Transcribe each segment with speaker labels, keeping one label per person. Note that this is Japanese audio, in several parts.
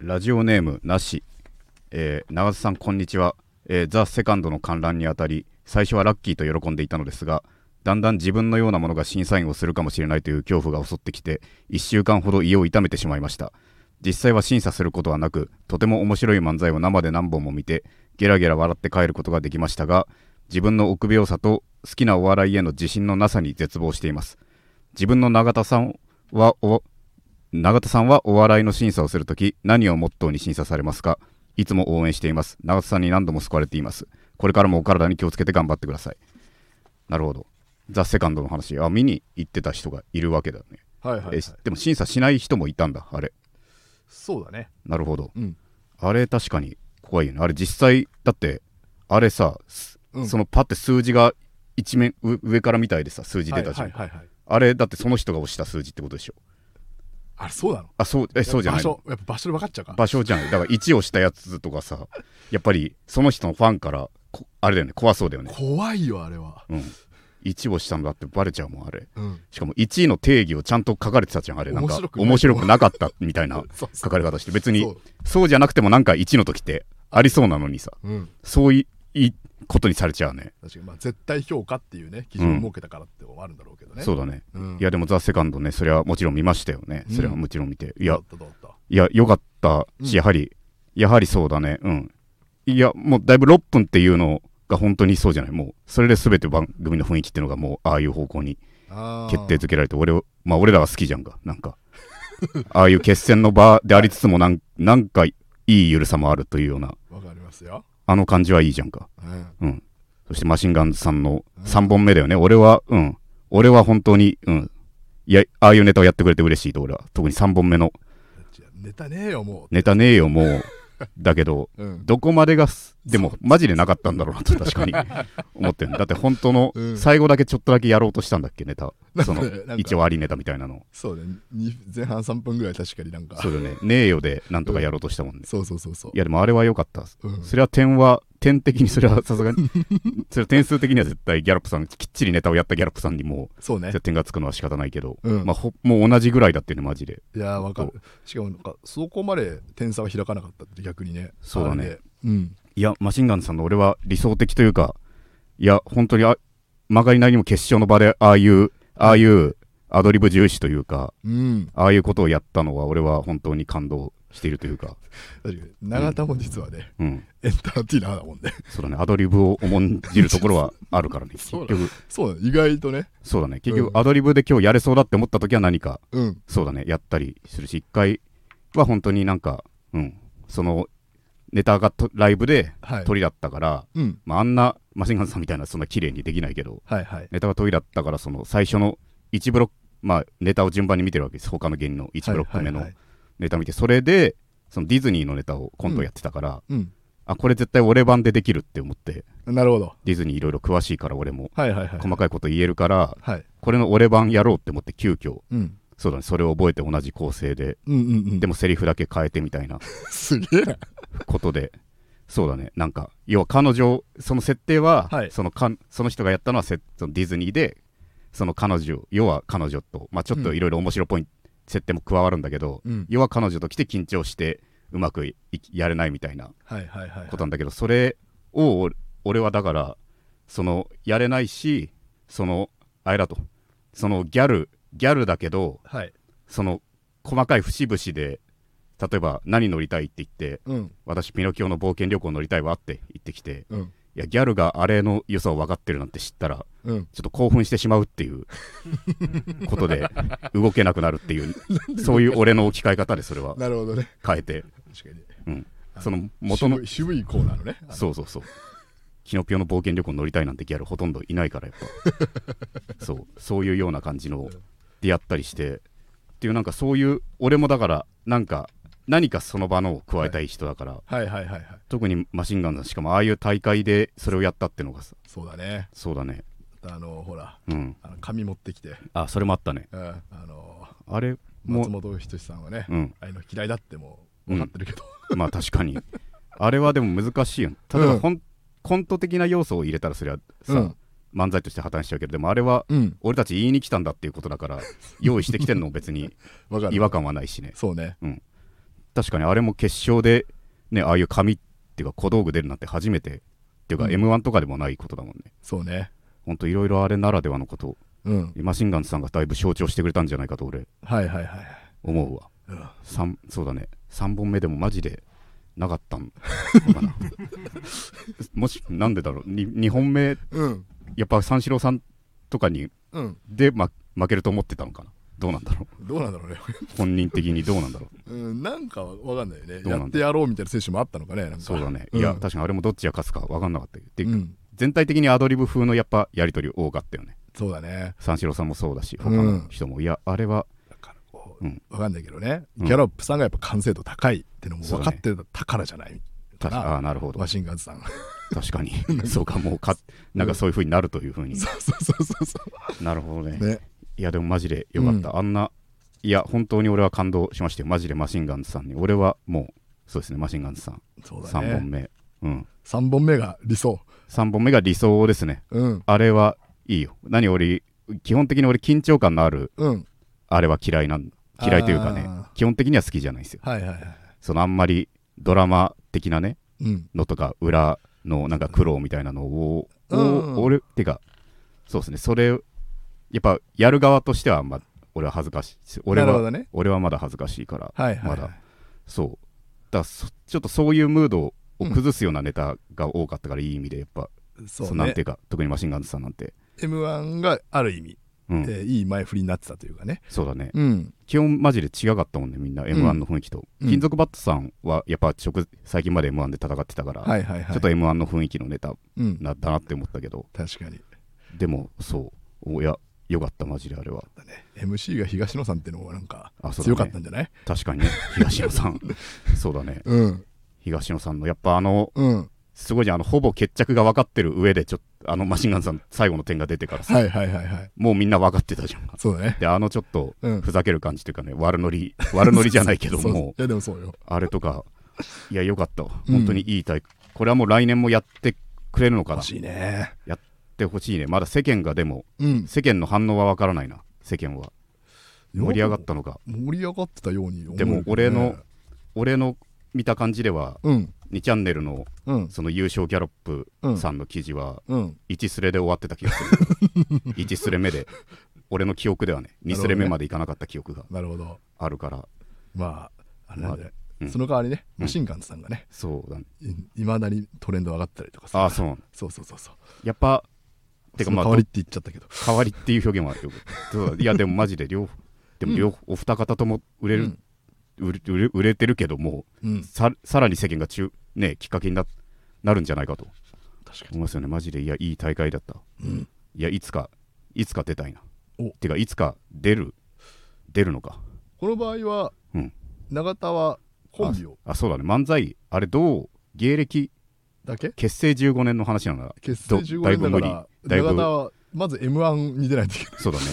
Speaker 1: ラジオネームなし、えー長津さんこんにちは、えーザ・セカンドの観覧にあたり最初はラッキーと喜んでいたのですがだんだん自分のようなものが審査員をするかもしれないという恐怖が襲ってきて1週間ほど胃を痛めてしまいました実際は審査することはなくとても面白い漫才を生で何本も見てゲラゲラ笑って帰ることができましたが自分の臆病さと好きなお笑いへの自信のなさに絶望しています自分の永田さんはお永田さんはお笑いの審査をするとき何をモットーに審査されますかいつも応援しています永田さんに何度も救われていますこれからもお体に気をつけて頑張ってくださいなるほどザ・セカンドの話あ見に行ってた人がいるわけだね、
Speaker 2: はいはい、は
Speaker 1: え
Speaker 2: い
Speaker 1: し。でも審査しない人もいたんだあれ
Speaker 2: そうだね。
Speaker 1: なるほど
Speaker 2: うん。
Speaker 1: あれ確かに怖いよねあれ実際だってあれさ、す
Speaker 2: うん
Speaker 1: そのパって数字が一面う上からみたいでさ数字出たじゃん、
Speaker 2: はいはいはいはい。
Speaker 1: あれだってその人が押した数字ってことでしょ
Speaker 2: あれ、そうなの
Speaker 1: あそうえそうじゃない
Speaker 2: 場所、やっぱ場所で分かっちゃうか。
Speaker 1: 場所じゃないだから1をしたやつとかさやっぱりその人のファンからこあれだよね怖そうだよね、
Speaker 2: 怖いよ、あれは。
Speaker 1: うん、1をしたんだってバレちゃうもんあれ
Speaker 2: うん。
Speaker 1: しかも1位の定義をちゃんと書かれてたじゃんあれなんか
Speaker 2: 面白くない
Speaker 1: 面白くなかったみたいな
Speaker 2: そうそ
Speaker 1: 書かれ方して別に
Speaker 2: そ
Speaker 1: そううじゃなくてもなんか1の時ってありそうなのにさ
Speaker 2: うん。
Speaker 1: そういいことにされちゃうね
Speaker 2: 確かに、まあ、絶対評価っていうね、基準を設けたからってのもあるんだろうけどね。
Speaker 1: そうだね、
Speaker 2: うん
Speaker 1: いやでも「ザ・セカンドねそれはもちろん見ましたよね、
Speaker 2: うん
Speaker 1: それはもちろん見てい
Speaker 2: ど
Speaker 1: や
Speaker 2: うだったどうだっ
Speaker 1: いや、良かったし、
Speaker 2: うん
Speaker 1: やはり、やはりそうだね。うん。いや、もうだいぶ6分っていうのが本当にそうじゃない。もう、それで全て番組の雰囲気っていうのがもう、ああいう方向に
Speaker 2: たあー
Speaker 1: 決定づけられて、俺を、まあ、俺らは好きじゃんか、なんか。 ああいう決戦の場でありつつもなん、なんかいいゆるさもあるというような、
Speaker 2: わかりますよ。
Speaker 1: あの感じはいいじゃんか。
Speaker 2: うん。
Speaker 1: うん。そしてマシンガンズさんの3本目だよね。俺は、うん。俺は本当に、うん。いや、ああいうネタをやってくれて嬉しいと、俺は。特に3本目の。
Speaker 2: じゃあネタねえよ、も
Speaker 1: ネタねえよ、もう。だけど、
Speaker 2: う。うん。
Speaker 1: どこまでがす、でも、マジでなかったんだろうなと、確かに思ってる。だって、本当の
Speaker 2: うん
Speaker 1: 最後だけちょっとだけやろうとしたんだっけ、ネタ。その
Speaker 2: なんか、
Speaker 1: 一応ありネタみたいなの。
Speaker 2: そうね。に前半3分ぐらい確かになんか。
Speaker 1: そうだよね。ねえよで、なんとかやろうとしたもんね。
Speaker 2: そうそうそうそう
Speaker 1: い。や、でもあれは良かった。
Speaker 2: うん
Speaker 1: それは点は、点的に、それはさすがに、 それは点数的には絶対、ギャロップさん、きっちりネタをやったギャロップさんにも
Speaker 2: そう
Speaker 1: う、
Speaker 2: ね
Speaker 1: じゃ。あ点がつくのは仕方ないけど、
Speaker 2: うん
Speaker 1: まあ、ほもう同じぐらいだっていうね、マジで。
Speaker 2: いやーわかる。しかもなんか、そこまで点差は開かなかったって逆にね。
Speaker 1: そうだね
Speaker 2: あれで。うん。
Speaker 1: いや、マシンガンズさんの俺は理想的というか、いや、本当にあ曲がりなりにも決勝の場で、ああいう、ああいうアドリブ重視というか、
Speaker 2: うん。
Speaker 1: ああいうことをやったのは、俺は本当に感動しているというか、
Speaker 2: 確かに。永田も実はね、
Speaker 1: うん、
Speaker 2: エンターテイナーだもんね。
Speaker 1: そうだね、アドリブを重んじるところはあるからね、結
Speaker 2: そう
Speaker 1: 局、
Speaker 2: そうだね。意外とね。
Speaker 1: そうだね、結
Speaker 2: う
Speaker 1: 局、
Speaker 2: ん
Speaker 1: アドリブで今日やれそうだって思った時は何か、
Speaker 2: うん。
Speaker 1: そうだね、やったりするし、一回は本当になんか、うん、その、ネタがとライブで
Speaker 2: はい。
Speaker 1: 鳥だったから、
Speaker 2: うん。
Speaker 1: まあ、あんなマシンガンズさんみたいな、そんな綺麗にできないけど、
Speaker 2: はいはい。
Speaker 1: ネタが問いだったから、その最初の1ブロック、まあ、ネタを順番に見てるわけです、他の芸人の1ブロック目
Speaker 2: はい
Speaker 1: の
Speaker 2: はいはい
Speaker 1: ネタ見て、それで、そのディズニーのネタを今度やってたから、
Speaker 2: うん。
Speaker 1: あ、これ絶対俺版でできるって思って、
Speaker 2: なるほど。
Speaker 1: ディズニーいろいろ詳しいから、俺も
Speaker 2: はいはいはい。
Speaker 1: 細かいこと言えるから、
Speaker 2: はい。
Speaker 1: これの俺版やろうって思って、急遽
Speaker 2: うん。
Speaker 1: そうだね、それを覚えて同じ構成で、
Speaker 2: うんうんうん。
Speaker 1: で
Speaker 2: も、
Speaker 1: もセリフだけ変えてみたいな
Speaker 2: すげえな。
Speaker 1: ことで。そうだねなんか要は彼女その設定は、
Speaker 2: はい
Speaker 1: そのかんその人がやったのはせそのディズニーでその彼女要は彼女と、まあ、ちょっといろいろ面白いポイント、設定も加わるんだけど、
Speaker 2: うん。
Speaker 1: 要は彼女と来て緊張してうまくいやれないみたいな
Speaker 2: はいはいはい
Speaker 1: こと。なんだけどそれを俺俺はだからそのやれないしそのあれだとそのギャルギャルだけど
Speaker 2: はい。
Speaker 1: その細かい節々で例えば何乗りたいって言って
Speaker 2: うん。
Speaker 1: 私ピノキオの冒険旅行乗りたいわって言ってきて
Speaker 2: うん。
Speaker 1: いやギャルがあれの良さを分かってるなんて知ったら
Speaker 2: うん。
Speaker 1: ちょっと興奮してしまうって いうことで動けなくなるっていうそういう俺の置き換え方でそれは
Speaker 2: なるほどね。
Speaker 1: 変えて、
Speaker 2: 確かに。
Speaker 1: うん、その元の
Speaker 2: 渋い渋いコーナーのね。あの
Speaker 1: そうそうそうキノピオの冒険旅行乗りたいなんてギャルほとんどいないからやっ ぱそうそういうような感じのでやったりしてっていうなんかそういう俺もだからなんか何かその場のを加えたい人だから、
Speaker 2: はいはいはいはい。
Speaker 1: 特にマシンガンズしかもああいう大会でそれをやったってのがさ
Speaker 2: そうだね。
Speaker 1: そうだね
Speaker 2: あの、ほら、
Speaker 1: うん
Speaker 2: あの紙持ってきて、
Speaker 1: あそれもあったね
Speaker 2: うんあの、
Speaker 1: あれも
Speaker 2: 松本人志さんはね、
Speaker 1: うん
Speaker 2: ああいうの嫌いだってもう分かってるけど、
Speaker 1: まあ確かにあれはでも難しいよ例えば、
Speaker 2: うん
Speaker 1: ほんコント的な要素を入れたらそれはさ、
Speaker 2: うん
Speaker 1: 漫才として破綻しちゃうけどでもあれは
Speaker 2: うん、
Speaker 1: 俺たち言いに来た んだっていうことだから用意してきてんのも別に
Speaker 2: 分かる。
Speaker 1: 違和感はないしね
Speaker 2: そうね。
Speaker 1: うん確かにあれも決勝で、ね、ああいう紙っていうか小道具出るなんて初めてっていうか
Speaker 2: うん
Speaker 1: m 1とかでもないことだもんね、
Speaker 2: そうね
Speaker 1: ほんといろいろあれならではのことを
Speaker 2: うん
Speaker 1: マシンガンズさんがだいぶ象徴してくれたんじゃないかと俺
Speaker 2: はいはいはい
Speaker 1: 思うわ
Speaker 2: うん
Speaker 1: 三そうだね3本目でもマジでなかったんかな もしなんでだろう 2, 本目
Speaker 2: うん
Speaker 1: やっぱ三四郎さんとかに
Speaker 2: うん
Speaker 1: で、ま、負けると思ってたのかなどうなんだろう
Speaker 2: どうなんだろうね、
Speaker 1: 本人的にどうなんだろ う
Speaker 2: うん、なんかわかんないよね
Speaker 1: どうなんだろう
Speaker 2: やってやろうみたいな選手もあったのかねなんか
Speaker 1: そうだね、いや
Speaker 2: うん
Speaker 1: 確かにあれもどっちが勝つか分かんなかったけどで、
Speaker 2: うん
Speaker 1: 全体的にアドリブ風のやっぱやり取り多かったよね
Speaker 2: そうだね
Speaker 1: 三四郎さんもそうだし
Speaker 2: うん
Speaker 1: 他の人も、いやあれは
Speaker 2: だからこ
Speaker 1: う
Speaker 2: うんわかんないけどね、
Speaker 1: うん
Speaker 2: ギャロップさんがやっぱ完成度高いってのも
Speaker 1: そう
Speaker 2: 分
Speaker 1: だ
Speaker 2: か
Speaker 1: ね
Speaker 2: ってたからじゃないか
Speaker 1: 確
Speaker 2: な、
Speaker 1: かあーなるほど
Speaker 2: マシンガンズさん
Speaker 1: 確かに そうかもうかなんかそういう風になるという風 に
Speaker 2: そうそうそうそうそ
Speaker 1: なるほどね
Speaker 2: うね
Speaker 1: いやでもマジでよかった、あんないや本当に俺は感動しましたよマジでマシンガンズさんに俺はもうそうですねマシンガンズさん、
Speaker 2: そうだ
Speaker 1: 3本
Speaker 2: ね
Speaker 1: 目うん
Speaker 2: 3本目が理想
Speaker 1: 3本目が理想ですね
Speaker 2: うん
Speaker 1: あれはいいよ何より基本的に俺緊張感のある
Speaker 2: うん
Speaker 1: あれは嫌いなん嫌いというかね
Speaker 2: あ
Speaker 1: 基本的には好きじゃないんですよ
Speaker 2: はいはいはい
Speaker 1: そのあんまりドラマ的なね
Speaker 2: うん
Speaker 1: のとか裏のなんか苦労みたいなのを、
Speaker 2: うんうん
Speaker 1: お俺ってかそうですねそれやっぱやる側としてはあんま俺は恥ずかしい俺
Speaker 2: なるほ
Speaker 1: は、
Speaker 2: どね
Speaker 1: 俺はまだ恥ずかしいから、
Speaker 2: はいはい、
Speaker 1: ま
Speaker 2: はい、
Speaker 1: だそうだからそちょっとそういうムードを崩すようなネタが多かったから、いい意味でやっぱ
Speaker 2: そう
Speaker 1: そう
Speaker 2: ね
Speaker 1: なんていうか特にマシンガンズさんなんて、
Speaker 2: m 1がある意味、
Speaker 1: うん
Speaker 2: えーいい前振りになってたというかね
Speaker 1: そうだね
Speaker 2: うん
Speaker 1: 基本マジで違かったもんねみんな m 1の雰囲気と、
Speaker 2: うん
Speaker 1: 金属バットさんはやっぱ直最近まで m 1で戦ってたから、
Speaker 2: はいはいはい
Speaker 1: ちょっと m 1の雰囲気のネタ
Speaker 2: うん
Speaker 1: なだなって思ったけど
Speaker 2: 確かに
Speaker 1: でもそうおいやよかったマジであれは
Speaker 2: だね MC が東野さんってのはなんか
Speaker 1: あそうだね
Speaker 2: 強かったんじゃない
Speaker 1: 確かにね東野さん そうだね
Speaker 2: うん
Speaker 1: 東野さんのやっぱあの
Speaker 2: うん
Speaker 1: すごいじゃんあのほぼ決着が分かってる上でちょっとあのマシンガンズさん最後の点が出てからさ
Speaker 2: はいはいはいはい
Speaker 1: もうみんな分かってたじゃん
Speaker 2: そうだね
Speaker 1: であのちょっと
Speaker 2: うん
Speaker 1: ふざける感じというかね悪ノ リ悪ノリじゃないけど
Speaker 2: そう
Speaker 1: も
Speaker 2: いやでもそうよ
Speaker 1: あれとかいやよかったわ
Speaker 2: うん
Speaker 1: 本当にいい大会、これはもう来年もやってくれるのかな
Speaker 2: 欲しいね
Speaker 1: やってほしいねまだ世間がでも
Speaker 2: うん
Speaker 1: 世間の反応は分からないな世間は盛り上がったのか
Speaker 2: 盛り上がってたように思う
Speaker 1: で
Speaker 2: けどね、
Speaker 1: も俺の、俺の見た感じでは
Speaker 2: うん
Speaker 1: 2チャンネルの
Speaker 2: うん
Speaker 1: その優勝ギャロップ
Speaker 2: うん
Speaker 1: さんの記事は
Speaker 2: うん
Speaker 1: 1スレで終わってた気がす る1スレ目で俺の記憶ではね2スレ目までいかなかった記憶が
Speaker 2: なるほど
Speaker 1: あるから
Speaker 2: まああれなんだよ、
Speaker 1: あうん
Speaker 2: その代わりね
Speaker 1: うん
Speaker 2: マシンガンズさんがね
Speaker 1: そうだね
Speaker 2: いまだにトレンド上がったりとかさ
Speaker 1: ああそう
Speaker 2: そうそうそうそう
Speaker 1: やっぱてか
Speaker 2: その
Speaker 1: まあ
Speaker 2: 代わりって言っちゃったけど
Speaker 1: 代わりっていう表現もあるよそうだいやでもマジで両方でも両方お二方とも売れる、売れ売れ売れてるけども
Speaker 2: うん
Speaker 1: ささらに世間が中、ね、きっかけにななるんじゃないかと
Speaker 2: 確か
Speaker 1: 思いますよねマジでいやいい大会だった
Speaker 2: にうん
Speaker 1: いや、いつか、いつか出たいな。
Speaker 2: お
Speaker 1: てか、いつか出る、出るのか。
Speaker 2: この場合は
Speaker 1: うん。
Speaker 2: 永田はコンビを
Speaker 1: あ、そうだね。漫才、あれ、どう、芸歴、
Speaker 2: だけ
Speaker 1: 結成15年の話なのら、
Speaker 2: 結成
Speaker 1: ど
Speaker 2: 15年だ
Speaker 1: だい
Speaker 2: から
Speaker 1: ぶ無理だいぶ
Speaker 2: 永田はまず m 1に出ないといけない
Speaker 1: そうだね。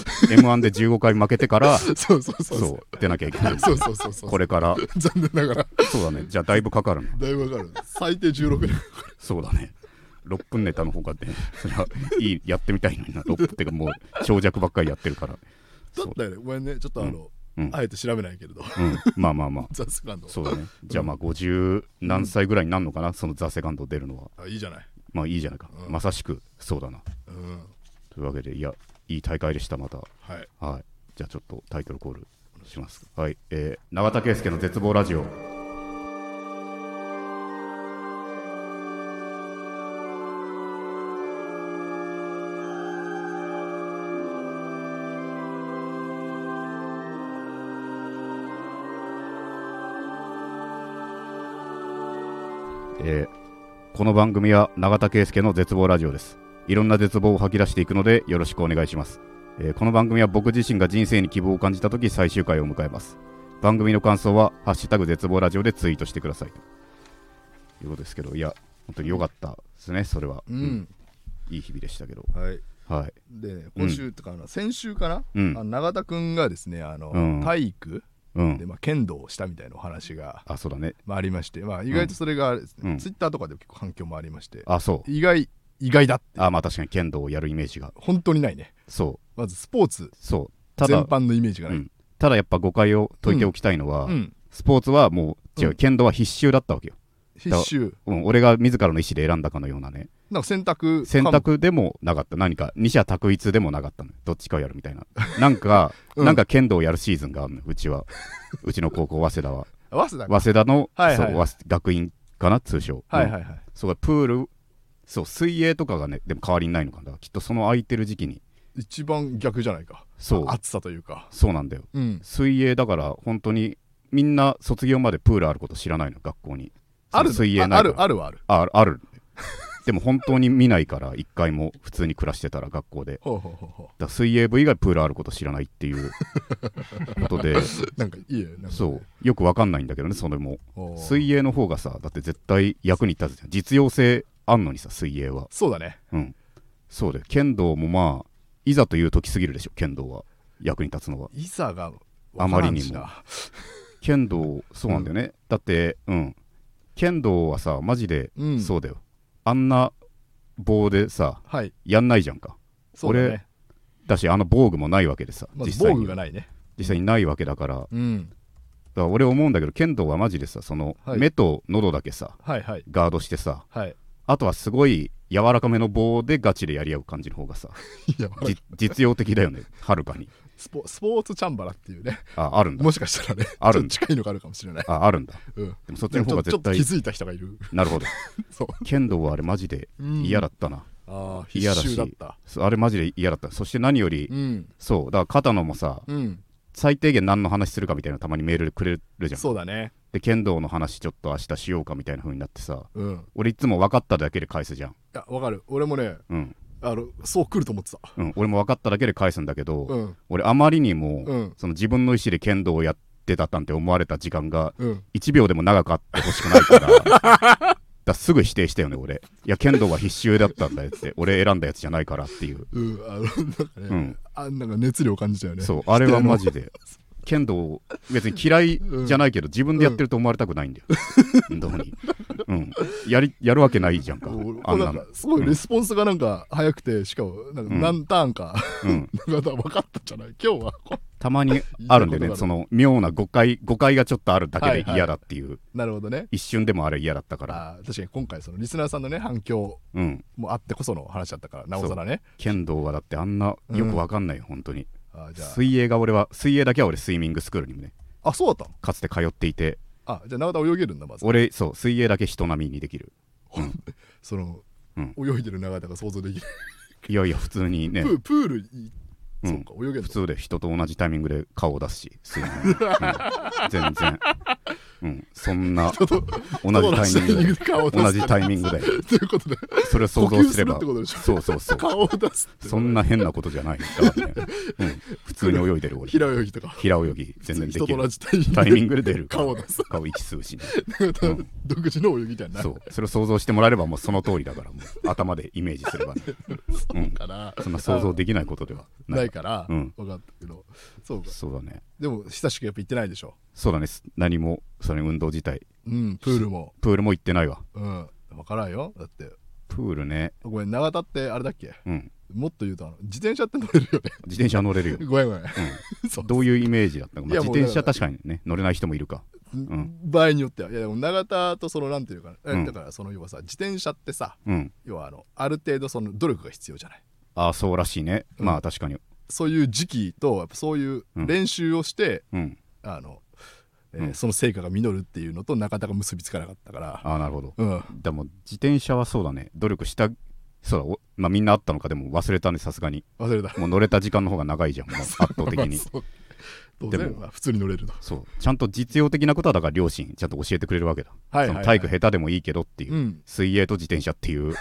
Speaker 1: M1 で15回負けてから、 そ
Speaker 2: そうそうそう
Speaker 1: う
Speaker 2: そう
Speaker 1: 出なきゃいけない。
Speaker 2: そうそうそうそう
Speaker 1: これから、
Speaker 2: 残念ながら
Speaker 1: そうだね。じゃあ、だいぶかかるな。
Speaker 2: だいぶわかる最低16年
Speaker 1: そうだね。6分ネタの方がね、それは、いい、やってみたいのにな。6分ってか、もう、長尺ばっかりやってるから。
Speaker 2: だ
Speaker 1: そ
Speaker 2: っ
Speaker 1: う。
Speaker 2: たよねごめんねちょっとあの、
Speaker 1: うん。
Speaker 2: あえて調べないけれど
Speaker 1: うん。まあまあまあ。
Speaker 2: ザ・スカンド
Speaker 1: そうだね。じゃあ、まあ、50何歳ぐらいになるのかな、そのザ・セカンド出るのは。
Speaker 2: あいいじゃない、
Speaker 1: まあいいじゃないか、
Speaker 2: うん
Speaker 1: まさしくそうだな。
Speaker 2: うん、
Speaker 1: というわけで、いや、いい大会でした、また。
Speaker 2: はい
Speaker 1: はい、じゃあちょっとタイトルコールします。はい、えー、永田圭介の絶望ラジオ。えーこの番組は永田圭介の絶望ラジオです。いろんな絶望を吐き出していくのでよろしくお願いします。えーこの番組は僕自身が人生に希望を感じた時最終回を迎えます。番組の感想は「ハッシュタグ絶望ラジオ」でツイートしてくださいということですけど、いや、本当に良かったですね、それは。
Speaker 2: うん、
Speaker 1: いい日々でしたけど。
Speaker 2: はい
Speaker 1: はい。
Speaker 2: でね今週とか、あの先週かな、
Speaker 1: うん
Speaker 2: あの永田君がですねあの、
Speaker 1: うん
Speaker 2: 体育
Speaker 1: う
Speaker 2: で、
Speaker 1: ん。
Speaker 2: まあ、剣道をしたみたいなお話が、
Speaker 1: あ、そうだね。
Speaker 2: まあ、ありまして、まあ、意外とそれがあれですね、
Speaker 1: うん
Speaker 2: ツイッターとかでも結構反響もありまして、
Speaker 1: あ、そう。
Speaker 2: 意外意外だって
Speaker 1: あ、まあ確かに剣道をやるイメージが。
Speaker 2: 本当にないね
Speaker 1: そう。
Speaker 2: まずスポーツ
Speaker 1: そう。た
Speaker 2: 全
Speaker 1: だ、
Speaker 2: 般のイメージが
Speaker 1: う
Speaker 2: ない
Speaker 1: ん、ただやっぱ誤解を解いておきたいのは、
Speaker 2: うん
Speaker 1: スポーツはもう違う、
Speaker 2: うん
Speaker 1: 剣道は必修だったわけよ、
Speaker 2: 必修
Speaker 1: うん、俺が自らの意思で選んだかのようなね
Speaker 2: なんか選択
Speaker 1: 選択でもなかった何か二者択一でもなかったのよどっちかをやるみたいななんか、
Speaker 2: うん
Speaker 1: なんか剣道をやるシーズンがあるのようちはうちの高校早稲田 は
Speaker 2: 合わせた
Speaker 1: 早稲田の、
Speaker 2: はいはい
Speaker 1: そう早稲学院かな通称、
Speaker 2: はいはい
Speaker 1: うん
Speaker 2: はい、
Speaker 1: そうプールそう水泳とかがねでも変わりないのかなきっとその空いてる時期に
Speaker 2: 一番逆じゃないか
Speaker 1: そう
Speaker 2: 暑さというか
Speaker 1: そうなんだよ
Speaker 2: うん
Speaker 1: 水泳だから本当にみんな卒業までプールあること知らないの学校に
Speaker 2: ある
Speaker 1: その水泳
Speaker 2: あ
Speaker 1: ない
Speaker 2: あ
Speaker 1: から
Speaker 2: るあるはある
Speaker 1: ああるでも本当に見ないから一回も普通に暮らしてたら学校でだか
Speaker 2: ほうほうほうほ
Speaker 1: ら水泳部以外プールあること知らないって いうことで
Speaker 2: うなんかいいよねなんかね
Speaker 1: そうよくわかんないんだけどねそれも
Speaker 2: おー
Speaker 1: 水泳の方がさだって絶対役に立つじゃん実用性あんのにさ水泳は
Speaker 2: そうだね
Speaker 1: うんそうだよ剣道もまあいざという時すぎるでしょ剣道は役に立つのはい
Speaker 2: ざが
Speaker 1: あまりにも
Speaker 2: わか
Speaker 1: 剣道そうなんだよね、だってうん剣道はさマジで、
Speaker 2: らんしなうん
Speaker 1: そうだよあんな棒でさ
Speaker 2: はい
Speaker 1: やんないじゃんか
Speaker 2: そうだね
Speaker 1: だしあの防具もないわけでさ、
Speaker 2: ま
Speaker 1: 実
Speaker 2: ず
Speaker 1: 際
Speaker 2: 防具
Speaker 1: に
Speaker 2: がないね
Speaker 1: 実際にないわけだからだか
Speaker 2: うん
Speaker 1: ら俺思うんだけど剣道はマジでさその、
Speaker 2: はい
Speaker 1: 目と喉だけさ
Speaker 2: はいはい
Speaker 1: ガードしてさ
Speaker 2: はい
Speaker 1: あとはすごい柔らかめの棒でガチでやり合う感じの方がさ
Speaker 2: いや
Speaker 1: じ実用的だよねはるかに
Speaker 2: スポスポーツチャンバラっていうね
Speaker 1: ああるんだ
Speaker 2: もしかしたらね
Speaker 1: あるんだ
Speaker 2: ちょっと近いのがあるかもしれない、
Speaker 1: ああるんだ
Speaker 2: うん、
Speaker 1: でもそっち
Speaker 2: で
Speaker 1: の
Speaker 2: も
Speaker 1: 方
Speaker 2: ちょ
Speaker 1: が
Speaker 2: っとち
Speaker 1: 絶
Speaker 2: ょっと
Speaker 1: 対
Speaker 2: 気づいた人がいる
Speaker 1: なるほど
Speaker 2: そう
Speaker 1: 剣道はあれマジで
Speaker 2: うん
Speaker 1: 嫌だったな、
Speaker 2: ああ必
Speaker 1: 嫌だし
Speaker 2: 修だった
Speaker 1: そうあれマジで嫌だったそして何より、
Speaker 2: うん
Speaker 1: そうだから片野もさ
Speaker 2: うん
Speaker 1: 最低限何の話するかみたいなのたまにメールくれるじゃん
Speaker 2: そうだね
Speaker 1: で剣道の話ちょっと明日しようかみたいな風になってさ
Speaker 2: うんい
Speaker 1: 俺いつも分かっただけで返すじゃん
Speaker 2: やわかる俺もね
Speaker 1: うん、
Speaker 2: あのそう来ると思ってた
Speaker 1: うん、俺も分かっただけで返すんだけど、
Speaker 2: うん
Speaker 1: 俺あまりにも、
Speaker 2: うん
Speaker 1: その自分の意思で剣道をやってたなんて思われた時間が
Speaker 2: うん
Speaker 1: 1秒でも長くあってほしくないから だからすぐ否定したよね俺いや剣道は必修だったんだよって俺選んだやつじゃないからっていう
Speaker 2: うんあのなんかね、
Speaker 1: うん
Speaker 2: あなんか熱量感じたよね
Speaker 1: そうあれはマジで剣道別に嫌いじゃないけど、自分でやってると思われたくないんだよ、どうに、うん、やりやるわけないじゃんか
Speaker 2: もう
Speaker 1: あん
Speaker 2: な
Speaker 1: なんの
Speaker 2: か、すご
Speaker 1: う
Speaker 2: い
Speaker 1: ん
Speaker 2: レスポンスがなんか早くてしかもなんか
Speaker 1: うん
Speaker 2: 何ターンか、
Speaker 1: うん、
Speaker 2: なんか分かったじゃない今日は こ
Speaker 1: たまにあるんで
Speaker 2: 言いたいことがあ
Speaker 1: ねその
Speaker 2: る
Speaker 1: 妙な誤解誤解がちょっとあるだけで嫌だっていう、
Speaker 2: うなるほどね
Speaker 1: 一瞬でもあれ嫌だったから、
Speaker 2: あー確かに今回そのリスナーさんのね反響
Speaker 1: うん、
Speaker 2: もあってこその話だったからなおさらね
Speaker 1: 剣道はだってあんなよくわかんないよ、本当に
Speaker 2: あーじゃ
Speaker 1: 水泳が俺は水泳だけは俺スイミングスクールにもね
Speaker 2: ああそうだったの
Speaker 1: かつて通っていて
Speaker 2: あじゃあ永田泳げるんだまず
Speaker 1: 俺そう水泳だけ人並みにできる
Speaker 2: その、
Speaker 1: うん
Speaker 2: 泳いでる永田が想像できる、
Speaker 1: いやいや普通にね
Speaker 2: プープールい
Speaker 1: うん
Speaker 2: そうか泳げる
Speaker 1: 普通で人と同じタイミングで顔を出すし、水 面にうん全然、うん、そんな同じタイミングで、
Speaker 2: 顔を出
Speaker 1: 同
Speaker 2: す
Speaker 1: じタイミングで、
Speaker 2: ということで
Speaker 1: それを想像すれば
Speaker 2: 呼吸するってことでし、ょ
Speaker 1: そうそうそう、
Speaker 2: 顔を出すって
Speaker 1: そんな変なことじゃない、だからねうん、普通に泳いでる俺、
Speaker 2: 平泳ぎとか
Speaker 1: 平泳ぎ、全然で
Speaker 2: 人
Speaker 1: き
Speaker 2: と同
Speaker 1: る。
Speaker 2: じタイミング
Speaker 1: タイミングで出る
Speaker 2: 顔を出す
Speaker 1: 顔息吸うしね、
Speaker 2: 永田の独自の泳ぎみたいな
Speaker 1: そうそれを想像してもらえればもうその通りだからも う頭でイメージすればね、うん、
Speaker 2: から
Speaker 1: そんな想像できないことではな
Speaker 2: ないいから、
Speaker 1: うん
Speaker 2: 分かったけどそうか
Speaker 1: そうだね
Speaker 2: でも久しくやっぱ行ってないでしょ
Speaker 1: そうだね何もそれ運動自体
Speaker 2: うんプールも
Speaker 1: プールも行ってないわ
Speaker 2: うん分からんよだって
Speaker 1: プールね
Speaker 2: ごめん永田ってあれだっけ
Speaker 1: うん
Speaker 2: もっと言うとあの自転車って乗れるよね
Speaker 1: 自転車乗れる よ。
Speaker 2: ごめんごめん、そう
Speaker 1: どういうイメージだったのか、まあ
Speaker 2: いや
Speaker 1: 自
Speaker 2: もうだから
Speaker 1: 転車確かにね、乗れない人もいるか。ん
Speaker 2: 場合によってはいやでも永田とそのなんていうかな、え
Speaker 1: うん
Speaker 2: だからその要はさ自転車ってさ
Speaker 1: うん。
Speaker 2: 要はあのある程度その努力が必要じゃない
Speaker 1: ああ、そうらしいね。
Speaker 2: うん
Speaker 1: まあ確かに。
Speaker 2: そういう時期とやっぱそういう練習をして、
Speaker 1: うん。
Speaker 2: あのえー
Speaker 1: うん
Speaker 2: その成果が実るっていうのと永田が結びつかなかったから
Speaker 1: ああ、なるほど。
Speaker 2: うん
Speaker 1: でも自転車はそうだね。努力した、そうだ、おまあみんなあったのか、でも忘れたね、さすがに。
Speaker 2: 忘れた
Speaker 1: もう乗れた時間の方が長いじゃん、も う圧倒的に。
Speaker 2: そう当
Speaker 1: で
Speaker 2: 然
Speaker 1: も
Speaker 2: まあ普通に乗れると
Speaker 1: そう。ちゃんと実用的なことは、だから両親、ちゃんと教えてくれるわけだ。
Speaker 2: は
Speaker 1: そ
Speaker 2: いはい
Speaker 1: の
Speaker 2: はい
Speaker 1: 体育下手でもいいけどっていう。
Speaker 2: うん
Speaker 1: 水泳と自転車って いう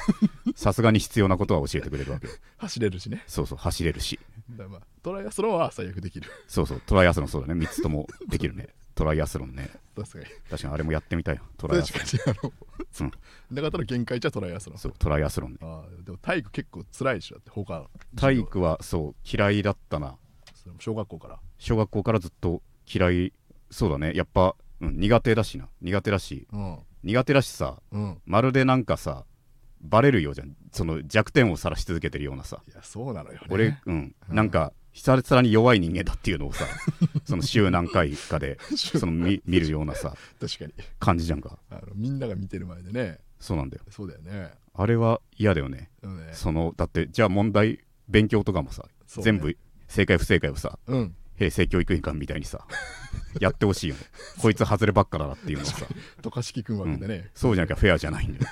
Speaker 1: さすがに必要なことは教えてくれるわけよ
Speaker 2: 走れるしね
Speaker 1: そうそう走れるし
Speaker 2: だからまあトライアスロンは最悪できる
Speaker 1: そうそうトライアスロンそうだね3つともできるねトライアスロンね
Speaker 2: 確かに
Speaker 1: 確かにあれもやってみたいなトライア
Speaker 2: 確
Speaker 1: ス
Speaker 2: かにあの
Speaker 1: ロン、
Speaker 2: 永田の限界じゃトライアスロン
Speaker 1: そうトライアスロンね
Speaker 2: あーでも体育結構辛いでしょだって他
Speaker 1: 体育はそう嫌いだったな
Speaker 2: それも小学校から
Speaker 1: 小学校からずっと嫌いそうだねやっぱ、うん、苦手だしな苦手だし
Speaker 2: うん
Speaker 1: 苦手だしさ
Speaker 2: うん
Speaker 1: まるでなんかさバレるようじゃんその弱点を晒し続けてるようなさ
Speaker 2: いやそうなのよね
Speaker 1: 俺うんなんか久々に弱い人間だっていうのをさその週何回かでその見見るようなさ
Speaker 2: 確かに
Speaker 1: 感じじゃんか
Speaker 2: あのみんなが見てる前でね
Speaker 1: そうなんだよ
Speaker 2: そうだよね
Speaker 1: あれは嫌だよね
Speaker 2: でもね
Speaker 1: そのだってじゃあ問題勉強とかもさ、
Speaker 2: そうね
Speaker 1: 全部正解不正解をさ
Speaker 2: うん
Speaker 1: 平成教育委員会みたいに さやってほしいよねこいつ外ればっかだなっていうのをさ
Speaker 2: 渡嘉敷君枠でね、
Speaker 1: そうじゃなきゃフェアじゃないん だよ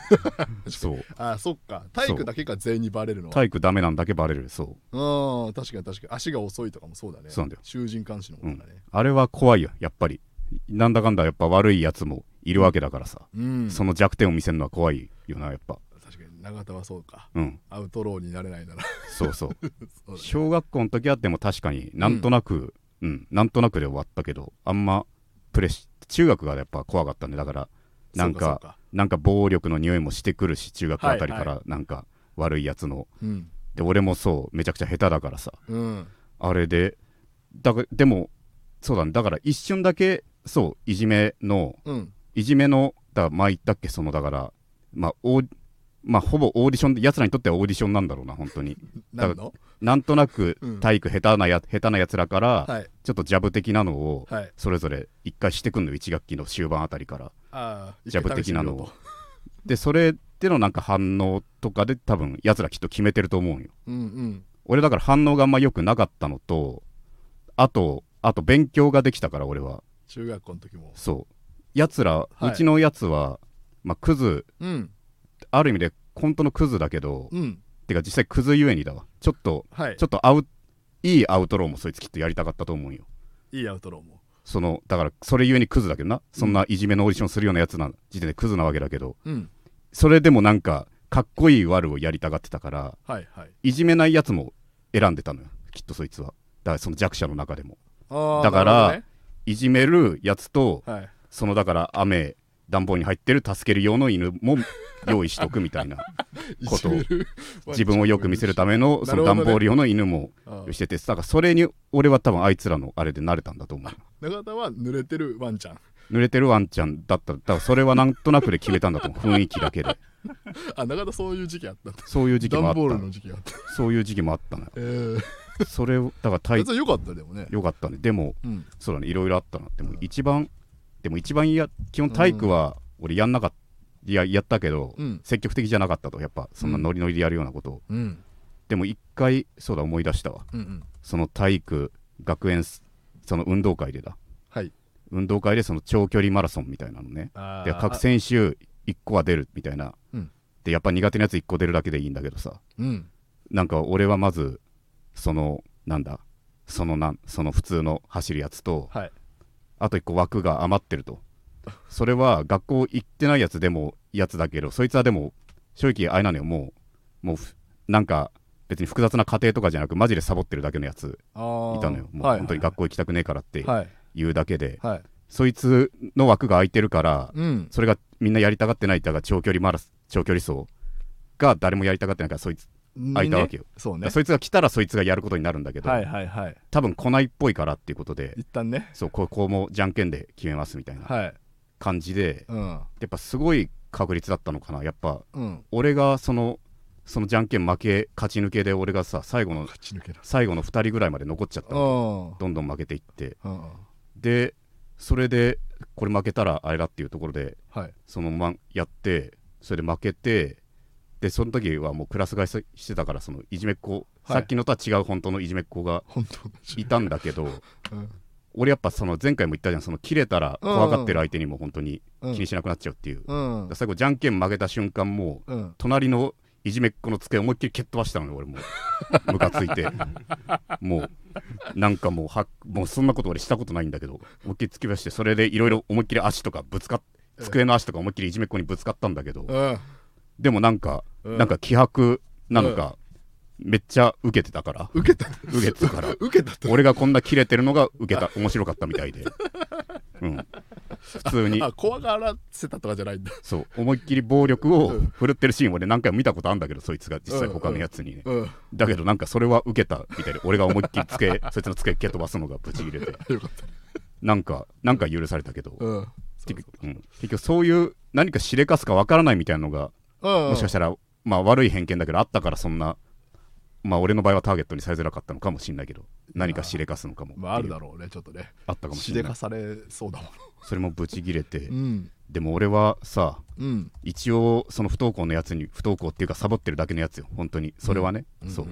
Speaker 1: そう
Speaker 2: ああそっか体育だけが全員にバレるのは
Speaker 1: 体育ダメなんだけバレるそう
Speaker 2: うん確かに確かに足が遅いとかもそうだね
Speaker 1: そうなんだよ
Speaker 2: 囚人監視のことだね
Speaker 1: あれは怖いよやっぱりなんだかんだやっぱ悪いやつもいるわけだからさ、
Speaker 2: うん、
Speaker 1: その弱点を見せるのは怖いよなやっぱ
Speaker 2: 確かに永田はそうか
Speaker 1: うん
Speaker 2: アウトローになれないな ら
Speaker 1: そうそう
Speaker 2: そうだね
Speaker 1: 小学校の時はでも確かになんとなくうん、なんとなくで終わったけどあんまプレッシ中学がやっぱ怖かったんでだからなん
Speaker 2: そう
Speaker 1: か
Speaker 2: そう
Speaker 1: なんか暴力の匂いもしてくるし中学あたりか
Speaker 2: はい
Speaker 1: らなんか悪いやつの、
Speaker 2: うん
Speaker 1: で俺もそうめちゃくちゃ下手だからさ
Speaker 2: うん
Speaker 1: あれでだがでもそうだねだから一瞬だけそういじめの
Speaker 2: うん
Speaker 1: いじめのだ前言ったっけそのだからまあオーまあほぼオーディションでやつらにとってはオーディションなんだろうな本当に
Speaker 2: 何の
Speaker 1: なんとなく
Speaker 2: うん
Speaker 1: 体育下手なや、下手なやつらから、
Speaker 2: はい
Speaker 1: ちょっとジャブ的なのを
Speaker 2: はい
Speaker 1: それぞれ一回してくんのよ1学期の終盤あたりから
Speaker 2: ああ
Speaker 1: ジャブ的なのを
Speaker 2: 一回試してみよ
Speaker 1: でそれでのなんか反応とかで多分やつらきっと決めてると思うんよ
Speaker 2: うとうんうん
Speaker 1: 俺だから反応があんま良くなかったのとあとあと勉強ができたから俺は
Speaker 2: 中学校の時も
Speaker 1: そうやつら、
Speaker 2: はいう
Speaker 1: ちのやつは、まあ、クズ
Speaker 2: うん
Speaker 1: ある意味で本当のクズだけど、
Speaker 2: うん
Speaker 1: てか実際クズゆえにだわちょっと
Speaker 2: はい
Speaker 1: ちょっとアウいいアウトローもそいつきっとやりたかったと思うんよ
Speaker 2: いいアウトローも
Speaker 1: そのだからそれゆえにクズだけどなそんないじめのオーディションするようなやつな時点でクズなわけだけど
Speaker 2: うん
Speaker 1: それでもなんかかっこいい悪をやりたがってたから
Speaker 2: はいはい
Speaker 1: いじめないやつも選んでたのよきっとそいつはだからその弱者の中でも
Speaker 2: ああ
Speaker 1: だから
Speaker 2: なる
Speaker 1: いじめるやつと
Speaker 2: ほどねはい
Speaker 1: そのだから雨暖房に入ってる助ける用の犬も用意しとくみたい なことを
Speaker 2: いじめる
Speaker 1: 自分をよく見せるためのその
Speaker 2: なるほど
Speaker 1: 段
Speaker 2: ね
Speaker 1: ボール用の犬も
Speaker 2: ああ
Speaker 1: しててだからそれに俺は多分あいつらのあれで慣れたんだと思う
Speaker 2: 中田は濡れてるワンちゃん
Speaker 1: 濡れてるワンちゃんだっただからそれはなんとなくで決めたんだと思 う雰囲気だけで
Speaker 2: あ中田そういう時期あったんだ
Speaker 1: そういう時期もあ
Speaker 2: 段
Speaker 1: った
Speaker 2: ボールの時期があった
Speaker 1: そういう時期もあったのよ
Speaker 2: えー
Speaker 1: それをだから大
Speaker 2: 別に良かったでもね
Speaker 1: よかったねでも
Speaker 2: うん
Speaker 1: そうだねいろいろあったなでも
Speaker 2: うん
Speaker 1: 一番でも一番や基本体育は俺やんなかったいややったけど、
Speaker 2: うん
Speaker 1: 積極的じゃなかったとやっぱそんなノリノリでやるようなことを、
Speaker 2: うん
Speaker 1: でも一回そうだ思い出したわ
Speaker 2: うんうん
Speaker 1: その体育学園その運動会でだ
Speaker 2: はい
Speaker 1: 運動会でその長距離マラソンみたいなのね
Speaker 2: あ
Speaker 1: で
Speaker 2: ー
Speaker 1: 各選手1個は出るみたいな、
Speaker 2: うん
Speaker 1: でやっぱ苦手なやつ1個出るだけでいいんだけどさ
Speaker 2: うん
Speaker 1: なんか俺はまずそのなんだそのなんその普通の走るやつと
Speaker 2: はい
Speaker 1: あと1個枠が余ってるとそれは学校行ってないやつでもやつだけどそいつはでも正直あれなのよもうもうふなんか別に複雑な過程とかじゃなくマジでサボってるだけのやつ
Speaker 2: あー
Speaker 1: いたのよもう
Speaker 2: はい
Speaker 1: 本当に学校行きたくねえからって
Speaker 2: はい
Speaker 1: 言うだけで
Speaker 2: はい
Speaker 1: そいつの枠が空いてるから
Speaker 2: うん
Speaker 1: それがみんなやりたがってないだから長距離マラス長距離走が誰もやりたがってないからそいつ、空いたわけよ
Speaker 2: ねそうね
Speaker 1: そいつが来たらそいつがやることになるんだけど、
Speaker 2: はいはいはい
Speaker 1: 多分来ないっぽいからっていうことで
Speaker 2: 一旦ね
Speaker 1: そうここもじゃんけんで決めますみたいな
Speaker 2: はい
Speaker 1: 感じで、
Speaker 2: うん
Speaker 1: やっぱすごい確率だったのかなやっぱ
Speaker 2: うん
Speaker 1: 俺がそのそのじゃんけん負け勝ち抜けで俺がさ最後の
Speaker 2: 勝ち抜けだ
Speaker 1: 最後の2人ぐらいまで残っちゃった
Speaker 2: う
Speaker 1: の
Speaker 2: ん
Speaker 1: どんどん負けていって
Speaker 2: うんうん
Speaker 1: でそれでこれ負けたらあれだっていうところで
Speaker 2: はい
Speaker 1: そのままやってそれで負けてでその時はもうクラス替えししてたからそのいじめっ子、
Speaker 2: はい
Speaker 1: さっきのとは違う本当のいじめっ子が
Speaker 2: 本当だ
Speaker 1: いたんだけど
Speaker 2: うん
Speaker 1: 俺やっぱその前回も言ったじゃんその切れたら怖がってる相手にも本当に
Speaker 2: う
Speaker 1: 気
Speaker 2: ん
Speaker 1: にしなくなっちゃうっていう、だか
Speaker 2: うん
Speaker 1: ら最後じゃんけん負けた瞬間もう
Speaker 2: うん
Speaker 1: 隣のいじめっ子の机思いっきり蹴っ飛ばしたのね俺 もうムカついてもうなんかもうはもうそんなこと俺したことないんだけど思いっきり突き出してそれでいろいろ思いっきり足とかぶつかっ机の足とか思いっきりいじめっ子にぶつかったんだけど
Speaker 2: うん
Speaker 1: でもなんか、
Speaker 2: うん
Speaker 1: なんか気迫なのか、めっちゃ受けてたから
Speaker 2: 受けた
Speaker 1: 受けてたから
Speaker 2: 受けたと
Speaker 1: 俺がこんなキレてるのが受けた面白かったみたいで、うん、普通 に
Speaker 2: あ怖がらせたとかじゃないんだ
Speaker 1: そう思いっきり暴力を
Speaker 2: うん
Speaker 1: 振るってるシーン俺何回も見たことあるんだけどそいつが実際他のやつにね、
Speaker 2: うん
Speaker 1: だけどなんかそれは受けたみたいで俺が思いっきりつけそいつのつけ蹴飛ばすのがブチ切れて
Speaker 2: よかった
Speaker 1: なんかなんか許されたけど、
Speaker 2: うん
Speaker 1: てうん結局そういう何かしれかすかわからないみたいなのが、
Speaker 2: も
Speaker 1: もしかしたらまあ悪い偏見だけどあったからそんなまあ俺の場合はターゲットにされづらかったのかもしれないけど何かしれかすのかも
Speaker 2: まあ、あるだ
Speaker 1: ろ
Speaker 2: ろうねちょっとね
Speaker 1: あったかもし
Speaker 2: し
Speaker 1: れ
Speaker 2: で
Speaker 1: ない
Speaker 2: かされそうだも
Speaker 1: それもブチギレて
Speaker 2: んうん
Speaker 1: でも俺はさ
Speaker 2: うん
Speaker 1: 一応その不登校のやつに不登校っていうかサボってるだけのやつよ本当にそれはね、そう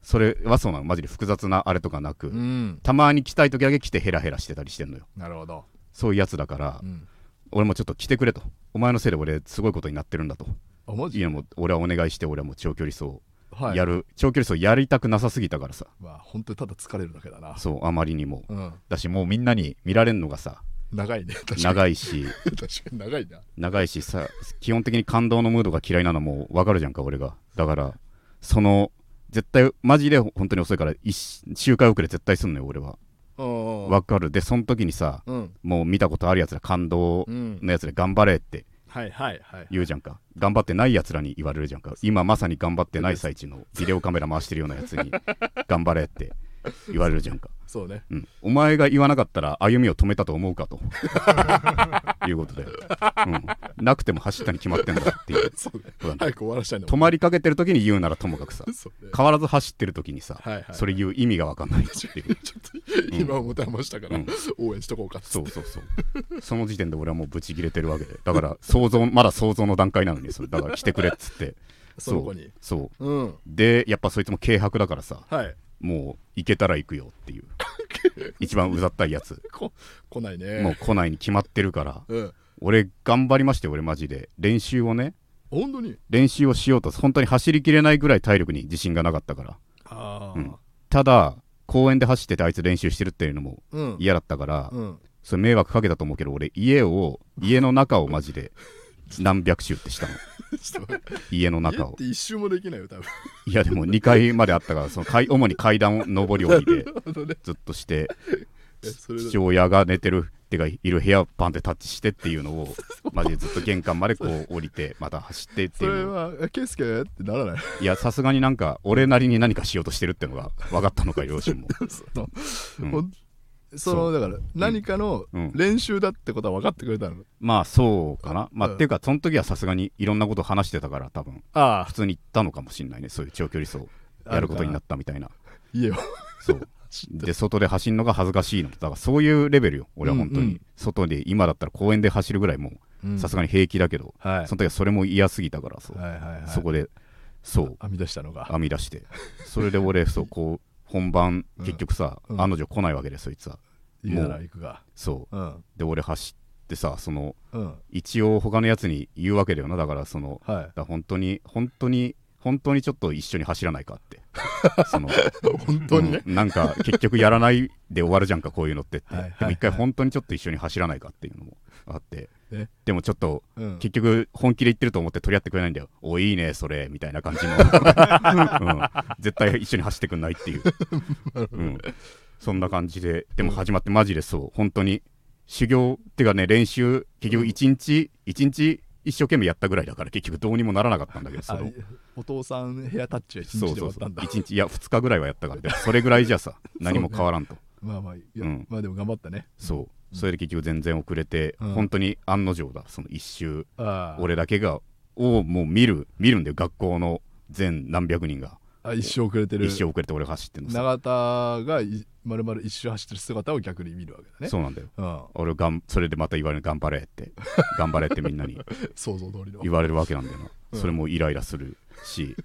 Speaker 1: それはそうなのマジで複雑なあれとかなく、
Speaker 2: うん、うん、
Speaker 1: たまに来たい時だけ来てヘラヘラしてたりしてんのよ
Speaker 2: なるほど、
Speaker 1: そういうやつだから、
Speaker 2: うん、
Speaker 1: 俺もちょっと来てくれとお前のせいで俺すごいことになってるんだと
Speaker 2: あマジ
Speaker 1: いやもう俺はお願いして俺はもう長距離走
Speaker 2: はい
Speaker 1: やる、長距離走やりたくなさすぎたからさ
Speaker 2: まあ本当にただ疲れるだけだな
Speaker 1: そうあまりにも
Speaker 2: うん
Speaker 1: だしもうみんなに見られんのがさ
Speaker 2: 長いね確かに
Speaker 1: 長いし
Speaker 2: 確かに長いな
Speaker 1: 長いしさ基本的に感動のムードが嫌いなのもわかるじゃんか俺がだからその絶対マジで本当に遅いから1周回遅れ絶対すんのよ俺は
Speaker 2: うん
Speaker 1: わかるでその時にさ
Speaker 2: うん
Speaker 1: もう見たことあるやつら感動
Speaker 2: うん
Speaker 1: のやつで頑張れって
Speaker 2: はいはいはい
Speaker 1: 言うじゃんか頑張ってないやつらに言われるじゃんか今まさに頑張ってない最中のビデオカメラ回してるようなやつに頑張れって言われるじゃんか、
Speaker 2: そうね
Speaker 1: うん、お前が言わなかったら歩みを止めたと思うか ということで、うん、なくても走ったに決まってんだっていう
Speaker 2: そうね
Speaker 1: そうなんだ
Speaker 2: 早く終わらしたいの
Speaker 1: 止まりかけてる時に言うならともかくさ
Speaker 2: そうね
Speaker 1: 変わらず走ってる時にさ、
Speaker 2: はいはいはい
Speaker 1: それ言う意味が分かんないっていう
Speaker 2: ちょっと今思ってましたから、
Speaker 1: うん
Speaker 2: 応援しとこうかっ つ
Speaker 1: そ
Speaker 2: っ
Speaker 1: う
Speaker 2: て
Speaker 1: そうそうその時点で俺はもうブチ切れてるわけでだから想像まだ想像の段階なのにそれだから来てくれっつって
Speaker 2: その子に
Speaker 1: そうそう
Speaker 2: うん
Speaker 1: でやっぱそいつも軽薄だからさ
Speaker 2: はい
Speaker 1: もう行けたら行くよって いう一番うざったいやつ
Speaker 2: こ来ないね
Speaker 1: もう来ないに決まってるから
Speaker 2: う、ん、
Speaker 1: 俺頑張りまして俺マジで練習をね
Speaker 2: 本当に
Speaker 1: 練習をしようと本当に走りきれないぐらい体力に自信がなかったから
Speaker 2: あ
Speaker 1: うんただ公園で走っててあいつ練習してるっていうのも
Speaker 2: うん
Speaker 1: 嫌だったから、
Speaker 2: うん
Speaker 1: それ迷惑かけたと思うけど俺家を家の中をマジで何百周ってしたの
Speaker 2: ち ょっと待って
Speaker 1: 家の
Speaker 2: 家
Speaker 1: 中
Speaker 2: っ
Speaker 1: を
Speaker 2: て一周もできないよ多分
Speaker 1: いやでも2階まであったからその階主に階段を上り下り で
Speaker 2: あのね
Speaker 1: ずっとして
Speaker 2: いやそれ
Speaker 1: 父親が寝てるってかいる部屋をパンってタッチしてっていうの をマジでずっと玄関までこう降りてまた走ってって
Speaker 2: そ
Speaker 1: い
Speaker 2: れ
Speaker 1: うのを
Speaker 2: はケースケってならない
Speaker 1: いやさすがになんか俺なりに何かしようとしてるってのが分かったのか両親も、
Speaker 2: その、
Speaker 1: うん
Speaker 2: ほんそ
Speaker 1: そ
Speaker 2: のだから何かの
Speaker 1: うん
Speaker 2: 練習だってことは分かってくれたの、
Speaker 1: まあそうかなまあ、
Speaker 2: うん
Speaker 1: っていうかその時はさすがにいろんなこと話してたから多分
Speaker 2: あ
Speaker 1: 普通に行ったのかもしれないねそういう長距離走やることになったみたいな
Speaker 2: 家を
Speaker 1: そうで外で走るのが恥ずかしいのだからそういうレベルよ俺は本当に、
Speaker 2: うんうん
Speaker 1: 外で今だったら公園で走るぐらいもうさすがに平気だけど、
Speaker 2: がはい
Speaker 1: その時はそれも嫌すぎたからそう、
Speaker 2: はいはいはい
Speaker 1: そこでそう
Speaker 2: 編み出したのが
Speaker 1: 編み出してそれで俺そうこう本番
Speaker 2: うん
Speaker 1: 結局さ、
Speaker 2: うん
Speaker 1: 案の定来ないわけでそいつは
Speaker 2: 家なら行くが
Speaker 1: そ
Speaker 2: うん
Speaker 1: うで俺走ってさその
Speaker 2: うん
Speaker 1: 一応他のやつに言うわけだよなだからその
Speaker 2: はい
Speaker 1: だから本当に本当に本当にちょっと一緒に走らないかって その
Speaker 2: 本当にね、
Speaker 1: うんなんか結局やらない で終わるじゃんかこういうのってって
Speaker 2: はいはいはい
Speaker 1: でも一回本当にちょっと一緒に走らないかっていうのもあって
Speaker 2: え
Speaker 1: でもちょっと
Speaker 2: うん
Speaker 1: 結局本気で言ってると思って取り合ってくれないんだよおいいねそれみたいな感 じの、うん、絶対一緒に走ってくんないって いう、うん、そんな感じででも始まってマジでそう本当に修行っていうかね練習結局一日一日一生懸命やったぐらいだから結局どうにもならなかったんだけどそ
Speaker 2: あ
Speaker 1: の
Speaker 2: お父さんヘアタッチは一日
Speaker 1: そ
Speaker 2: で
Speaker 1: う
Speaker 2: 終
Speaker 1: そ
Speaker 2: わ
Speaker 1: う
Speaker 2: っ
Speaker 1: そ
Speaker 2: た
Speaker 1: うん
Speaker 2: だ
Speaker 1: 1日いや2日ぐらいはやったからでもそれぐらいじゃ さ何も変わらんと
Speaker 2: まあまあいや、
Speaker 1: うん
Speaker 2: まあでも頑張ったね
Speaker 1: そうそれで結局全然遅れて、
Speaker 2: うん
Speaker 1: 本当に案の定だその一周
Speaker 2: ああ
Speaker 1: 俺だけがをもう見る見るんだよ学校の全何百人が
Speaker 2: あ一生遅れてる
Speaker 1: 一周遅れて俺が走ってんのさ
Speaker 2: 永田がいまるまる一周走ってる姿を逆に見るわけだね
Speaker 1: そうなんだよ
Speaker 2: う、ん、
Speaker 1: 俺がんそれでまた言われる頑張れって 頑張れってみんなに
Speaker 2: 想像通りの
Speaker 1: 言われるわけなんだよな、
Speaker 2: うん
Speaker 1: それもイライラするし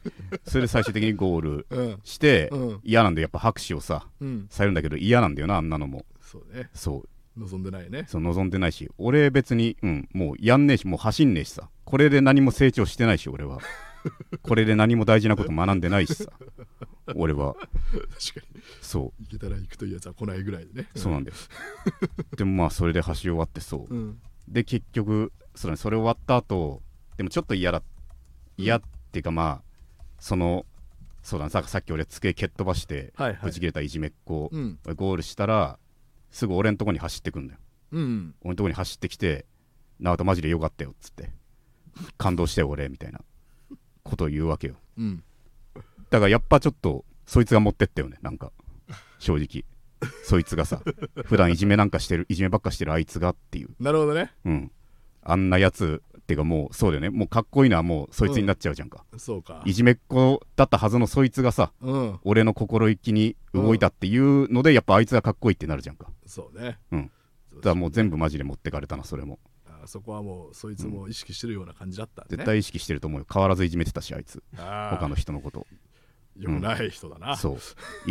Speaker 1: それで最終的にゴール
Speaker 2: うん
Speaker 1: して、
Speaker 2: うん
Speaker 1: 嫌なんでやっぱ拍手をさ
Speaker 2: うん
Speaker 1: されるんだけど嫌なんだよなあんなのも
Speaker 2: そうね
Speaker 1: そう
Speaker 2: 望んでないね
Speaker 1: そう望んでないし俺別に、うん、もうやんねえしもう走んねえしさこれで何も成長してないし俺はこれで何も大事なこと学んでないしさ俺は
Speaker 2: 確かに
Speaker 1: そ
Speaker 2: 行けたら行くというやつは来ないぐらいでね
Speaker 1: うそうなんだよ でもまあそれで走り終わってそう
Speaker 2: うん
Speaker 1: で結局そうだねそれ終わった後でもちょっと嫌だ嫌っていうかまあそのそうだねささっき俺机蹴っ飛ばして
Speaker 2: はい
Speaker 1: ぶち切れたいじめっ子、
Speaker 2: うん
Speaker 1: ゴールしたらすぐ俺のとこに走ってくんだよ
Speaker 2: うん
Speaker 1: 俺のとこに走ってきて「直人マジでよかったよ」っつって「感動して俺」みたいなことを言うわけよ
Speaker 2: うん
Speaker 1: だからやっぱちょっとそいつが持ってったよねなんか正直そいつがさ普段いじめなんかしてるいじめばっかしてるあいつがっていう
Speaker 2: なるほどね
Speaker 1: うんあんなやつっていうかもうそうだよねもうかっこいいのはもうそいつになっちゃうじゃんか、
Speaker 2: そうか
Speaker 1: いじめっ子だったはずのそいつがさ
Speaker 2: うん
Speaker 1: 俺の心意気に動いたっていうので、やっぱあいつがかっこいいってなるじゃんか
Speaker 2: そうね
Speaker 1: うん
Speaker 2: そう
Speaker 1: だからもう全部マジで持ってかれたなそれも
Speaker 2: あそこはもうそいつも意識してるような感じだった、ね
Speaker 1: 絶対意識してると思うよ変わらずいじめてたしあいつ他
Speaker 2: 他
Speaker 1: の人のこと
Speaker 2: よくない人だな、
Speaker 1: そう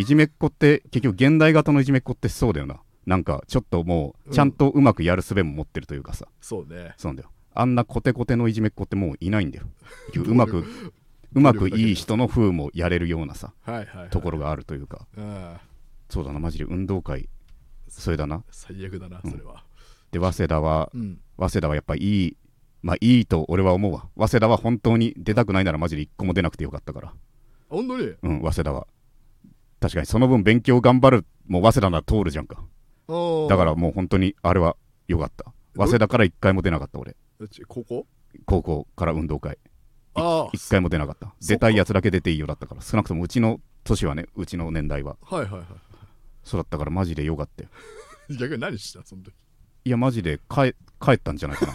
Speaker 1: いじめっ子って結局現代型のいじめっ子ってそうだよななんかちょっとも
Speaker 2: う
Speaker 1: うんちゃんとうまくやる術も持ってるというかさ、
Speaker 2: そうね
Speaker 1: そうなんだよあんなコテコテのいじめっ子ってもういないんだよ結局うまくうまくいい人の風もやれるようなさ
Speaker 2: はいはい、はい、
Speaker 1: ところがあるというか
Speaker 2: うん
Speaker 1: そうだなマジで運動会それだな
Speaker 2: 最悪だな
Speaker 1: うん
Speaker 2: それは
Speaker 1: で早稲田は
Speaker 2: うん、
Speaker 1: 早稲田はやっぱいいまあいいと俺は思うわ早稲田は本当に出たくないならマジで一個も出なくてよかったから
Speaker 2: 本当に
Speaker 1: うん早稲田は確かにその分勉強頑張るもう早稲田なら通るじゃんか
Speaker 2: おー
Speaker 1: だからもう本当にあれは良かった早稲田から一回も出なかった俺
Speaker 2: うちここ
Speaker 1: 高校から運動会
Speaker 2: あ
Speaker 1: 一回も出なかった
Speaker 2: そ
Speaker 1: 出たいやつだけ出ていいよだったから少なくともうちの年はねうちの年代は
Speaker 2: あはいはいは
Speaker 1: そうだったからマジで良かったよ
Speaker 2: い 逆に何したその時
Speaker 1: いやマジで帰帰ったんじゃないか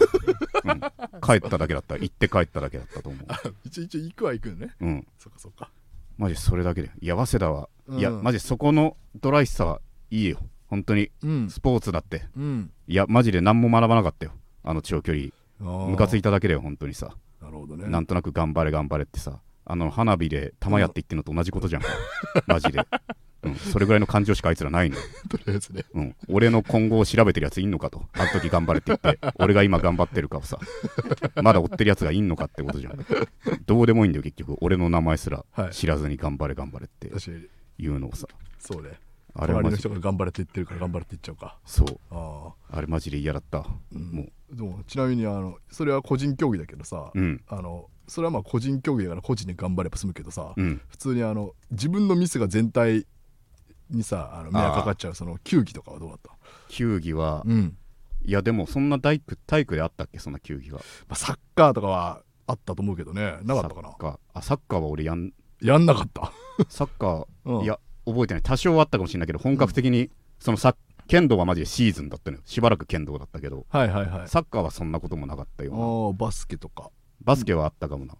Speaker 1: な、うん、帰っただけだった行って帰っただけだったと思
Speaker 2: あ一応一応行くは行くのね
Speaker 1: ううん
Speaker 2: そっかそっか
Speaker 1: マジそれだけでいや早稲田は、いや
Speaker 2: うん
Speaker 1: マジそこのドライさはいいよ本当に
Speaker 2: うん
Speaker 1: スポーツだって
Speaker 2: うん
Speaker 1: いやマジで何も学ばなかったよあの長距離ム
Speaker 2: ム
Speaker 1: カついただけだよ本当にさ
Speaker 2: なるほどね
Speaker 1: なんとなく頑張れ頑張れってさあの花火で玉やって言ってるのと同じこと じゃんか、マジで、うん、それぐらいの感情しかあいつらないの、
Speaker 2: とりあえずね
Speaker 1: うん、俺の今後を調べてるやついんのかとあの時頑張れって言って俺が今頑張ってるかをさまだ追ってるやつがいんのかってことじゃんどうでもいいんだよ結局俺の名前すら
Speaker 2: はい
Speaker 1: 知らずに頑張れ頑張れって
Speaker 2: 確かに
Speaker 1: いうのをさ
Speaker 2: そうね
Speaker 1: あれは
Speaker 2: 周り
Speaker 1: マ
Speaker 2: の
Speaker 1: ジ
Speaker 2: 人
Speaker 1: で
Speaker 2: が頑張れって言ってるから頑張れって言っちゃうか
Speaker 1: そう
Speaker 2: ああ
Speaker 1: あれマジで嫌だった、もう
Speaker 2: でもちなみにあのそれは個人競技だけどさ、
Speaker 1: うん
Speaker 2: あのそれはまあ個人競技だから個人で頑張れば済むけどさ、
Speaker 1: うん
Speaker 2: 普通にあの自分のミスが全体にさあの迷惑かかっちゃうその球技とかはどうだった
Speaker 1: 球技は、
Speaker 2: うん、
Speaker 1: いやでもそんな大工体育であったっけそんな球技は
Speaker 2: まあ、サッカーとかはあったと思うけどねなかった
Speaker 1: サ
Speaker 2: かな
Speaker 1: ッカーあサッカーは俺やん
Speaker 2: やんなかった、
Speaker 1: サッカー、
Speaker 2: うん
Speaker 1: いや覚えてない多少はあったかもしれないけど本格的に、そのサッ剣道はマジでシーズンだったのよしばらく剣道だったけど
Speaker 2: はいはいはい
Speaker 1: サッカーはそんなこともなかったような
Speaker 2: ああバスケとか
Speaker 1: バスケはあったかもな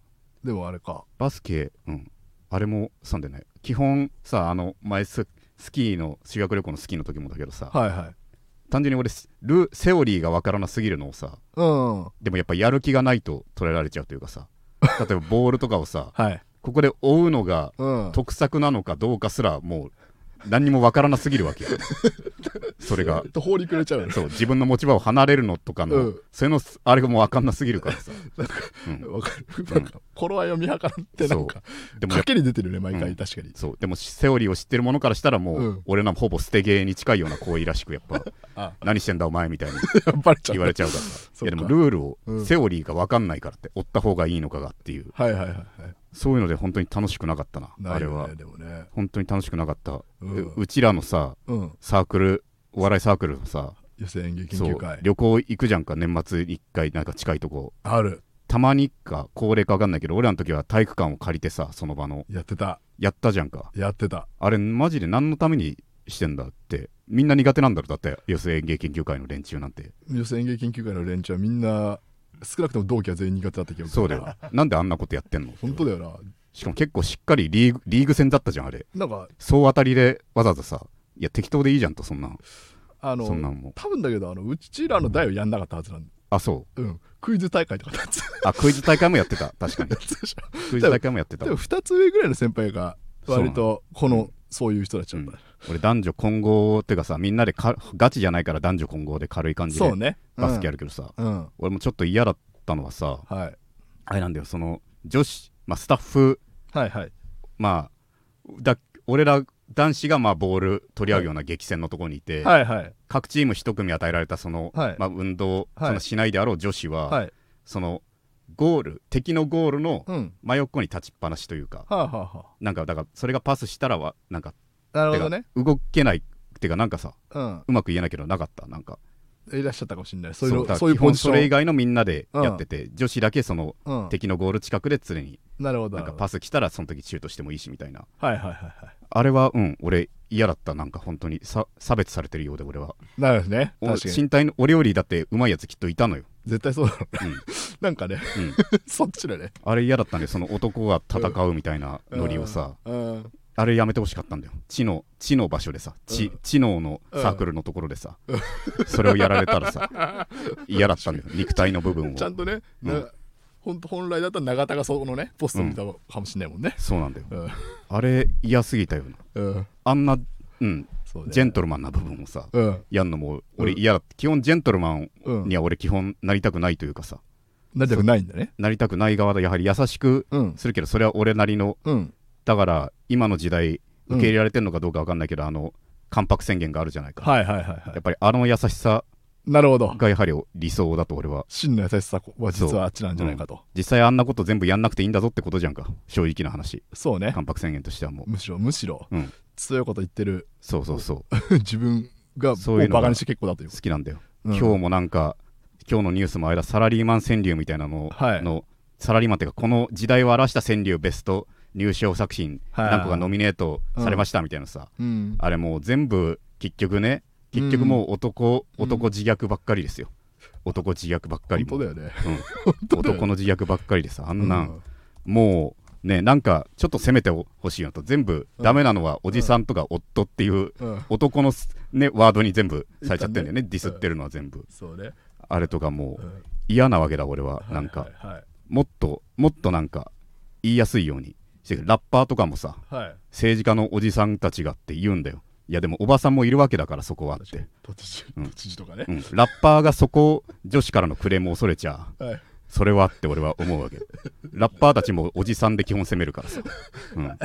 Speaker 2: でもあれか
Speaker 1: バスケうんあれもさんでね基本さあの前ススキーの修学旅行のスキーの時もだけどさ
Speaker 2: はいはい
Speaker 1: 単純に俺スルセオリーがわからなすぎるのをさ
Speaker 2: うんは
Speaker 1: でもやっぱやる気がないと捉えられちゃうというか さ例えばボールとかをさ
Speaker 2: い
Speaker 1: ここで追うのが
Speaker 2: うん
Speaker 1: 得策なのかどうかすらもう何にもわからなすぎるわけ よそれが
Speaker 2: と放りくれちゃうよね
Speaker 1: そう自分の持ち場を離れるのとかの、
Speaker 2: うん
Speaker 1: それのあれがもうわかんなすぎるからさうん
Speaker 2: わかるなんか頃合いを見計らってなんか
Speaker 1: でもや
Speaker 2: 賭けに出てるね毎
Speaker 1: うん
Speaker 2: 回、確かに
Speaker 1: そうでもセオリーを知ってるものからしたらもう、
Speaker 2: うん
Speaker 1: 俺のほぼ捨て芸に近いような行為らしくやっぱ
Speaker 2: あ
Speaker 1: 何してんだお前みた いに
Speaker 2: バレちゃう
Speaker 1: 言われちゃうから
Speaker 2: そ
Speaker 1: いうや
Speaker 2: か
Speaker 1: でもルールを、
Speaker 2: うん
Speaker 1: セオリーがわかんないからって追った方がいいのかがっていう
Speaker 2: はいはいはいはい
Speaker 1: そういうので本当に楽しくなかったな
Speaker 2: な
Speaker 1: あ
Speaker 2: い
Speaker 1: れ
Speaker 2: よね
Speaker 1: は
Speaker 2: でもね
Speaker 1: 本当に楽しくなかった、う
Speaker 2: うん
Speaker 1: うちらのさ
Speaker 2: うん
Speaker 1: サークルお笑いサークルのさ
Speaker 2: 予選演劇
Speaker 1: そ
Speaker 2: 研究
Speaker 1: う
Speaker 2: 会
Speaker 1: 旅行行くじゃんか年末一回なんか近いとこ
Speaker 2: ある
Speaker 1: たまにか高齢か分かんないけど俺らの時は体育館を借りてさその場の
Speaker 2: やってた
Speaker 1: やったじゃんか
Speaker 2: やってた
Speaker 1: あれマジで何のためにしてんだってみんな苦手なんだろだって寄せ演芸研究会の連中なんて
Speaker 2: 予選演劇研究会の連中はみんな少なくとも同期は全員苦手だった記憶
Speaker 1: そうだよなんであんなことやってんの
Speaker 2: 本当だよな
Speaker 1: しかも結構しっかりリーグリーグ戦だったじゃんあれ
Speaker 2: なんか
Speaker 1: 総当たりでわざわざさいや適当でいいじゃんとそんなん
Speaker 2: あの
Speaker 1: そんなんも
Speaker 2: 多分だけどあのうちらの代はやんなかったはずなんだ
Speaker 1: あそう
Speaker 2: うんクイズ大会とかだって
Speaker 1: あクイズ大会もやってた確 かに
Speaker 2: でしょ
Speaker 1: クイズ大会もやってた
Speaker 2: でも2つ上ぐらいの先輩が割とこのそういう人たちだった、
Speaker 1: 俺男女混合っていうかさみんなでかガチじゃないから男女混合で軽い感じ
Speaker 2: そ
Speaker 1: で
Speaker 2: うね
Speaker 1: バスケや
Speaker 2: る
Speaker 1: るけどさ、
Speaker 2: うん、うん
Speaker 1: 俺もちょっと嫌だったのはさ
Speaker 2: はい、
Speaker 1: あれなんだよその女子、まあ、スタッフ
Speaker 2: はいはい
Speaker 1: まあだ俺ら男子がまあボール取り合うような激戦のところにいて、
Speaker 2: はいはい
Speaker 1: 各チーム一組与えられたその、
Speaker 2: はい
Speaker 1: まあ、運動、
Speaker 2: はい
Speaker 1: そのしないであろう女子は、
Speaker 2: はい
Speaker 1: そのゴール敵のゴールの
Speaker 2: うん
Speaker 1: 真横に立ちっぱなしというか、
Speaker 2: はあ、はあは
Speaker 1: なんかだからそれがパスしたらはなんか
Speaker 2: あ、なる
Speaker 1: て
Speaker 2: ほ
Speaker 1: か
Speaker 2: どね
Speaker 1: 動けないっていうかなんかさ
Speaker 2: うん
Speaker 1: うまく言えないけどなかったなんか
Speaker 2: いらっしゃったかもしれないそういうの
Speaker 1: だから
Speaker 2: そういう
Speaker 1: 基
Speaker 2: ポ
Speaker 1: 本
Speaker 2: ジショ
Speaker 1: そ
Speaker 2: ン
Speaker 1: れ以外のみんなでやってて、女子だけその
Speaker 2: うん、
Speaker 1: 敵のゴール近くで常に
Speaker 2: なるほど
Speaker 1: なんかパス来たらその時シュートしてもいいしみたいな
Speaker 2: はいはいはいは
Speaker 1: あれはうん俺嫌だったなんか本当にさ差別されてるようで俺はい
Speaker 2: なるほどね
Speaker 1: お
Speaker 2: 確かに
Speaker 1: 身体の俺よりだって上手いやつきっといたのよ
Speaker 2: 絶対そうだろうね、
Speaker 1: うん
Speaker 2: なんかね、
Speaker 1: うん
Speaker 2: そっちだね
Speaker 1: あれ嫌だったんでその男が戦うみたいなノリをさ
Speaker 2: うん
Speaker 1: あれやめてほしかったんだよ知の知の場所でさ知
Speaker 2: うん
Speaker 1: 知能のサークルのところでさそれをやられたらさ 嫌だったんだよ肉体の部分を
Speaker 2: ちゃんとね、
Speaker 1: うん
Speaker 2: なほんと本来だったら永田がそのねポスト見たかもしれないもんね
Speaker 1: そうなんだよ
Speaker 2: うん、
Speaker 1: あれ嫌すぎたよな
Speaker 2: うん、
Speaker 1: あんなうん
Speaker 2: そうね
Speaker 1: ジェントルマンな部分をさ
Speaker 2: うん
Speaker 1: やんのも俺
Speaker 2: うん
Speaker 1: 嫌だ基本ジェントルマン
Speaker 2: うん
Speaker 1: には俺基本なりたくないというかさ
Speaker 2: なりたくないんだね
Speaker 1: なりたくない側でやはり優しく
Speaker 2: うん
Speaker 1: するけどそれは俺なりの
Speaker 2: うん
Speaker 1: だから今の時代受け入れられてるのかどうかわかんないけど、あの関白宣言があるじゃないか、
Speaker 2: はいはいはいは
Speaker 1: やっぱりあの優しさ
Speaker 2: いなるほど
Speaker 1: がやはり理想だと俺は
Speaker 2: 真の優しさは実はあっちなんじゃないかと
Speaker 1: 実際あんなこと全部やんなくていいんだぞってことじゃんか正直な話
Speaker 2: そうね
Speaker 1: 関白宣言としてはもう
Speaker 2: むしろむしろ、
Speaker 1: うん
Speaker 2: 強いこと言ってる
Speaker 1: そうそうそう
Speaker 2: 自分が
Speaker 1: そういうのが
Speaker 2: バカにして結構だという
Speaker 1: 好きなんだよ、
Speaker 2: うん
Speaker 1: 今日もなんか今日のニュースも間サラリーマン川柳みたいなの,、
Speaker 2: はい
Speaker 1: のサラリーマンっていうかこの時代を表した川柳ベスト入賞作品
Speaker 2: はい
Speaker 1: 何個かノミネートされましたみたいなさ、
Speaker 2: うん、
Speaker 1: あれもう全部結局ね結局もう男、
Speaker 2: うん
Speaker 1: 男自虐ばっかりですよ男自虐ばっかり
Speaker 2: 本
Speaker 1: も
Speaker 2: 当だよね。
Speaker 1: うん男の自虐ばっかりでさあんな、
Speaker 2: うん
Speaker 1: ん、もうねなんかちょっと責めてほしいのと全部ダメなのはおじさんとか夫っていう、
Speaker 2: うん
Speaker 1: 男のすねワードに全部されちゃってるんだよねディスってるのは全部、
Speaker 2: そうね。
Speaker 1: あれとかも
Speaker 2: う
Speaker 1: うん嫌なわけだ俺はなんか、
Speaker 2: はいはい
Speaker 1: もっともっとなんか言いやすいようにしてくれラッパーとかもさ
Speaker 2: はい。はい
Speaker 1: 政治家のおじさんたちがって言うんだよいやでもおばさんもいるわけだからそこはっ
Speaker 2: 確か
Speaker 1: て
Speaker 2: に、都知事、
Speaker 1: うん
Speaker 2: 都知事とかね
Speaker 1: う。ん、ラッパーがそこ女子からのクレームを恐れちゃ
Speaker 2: はい。
Speaker 1: それはって俺は思うわけラッパーたちもおじさんで基本攻めるからさ、うん、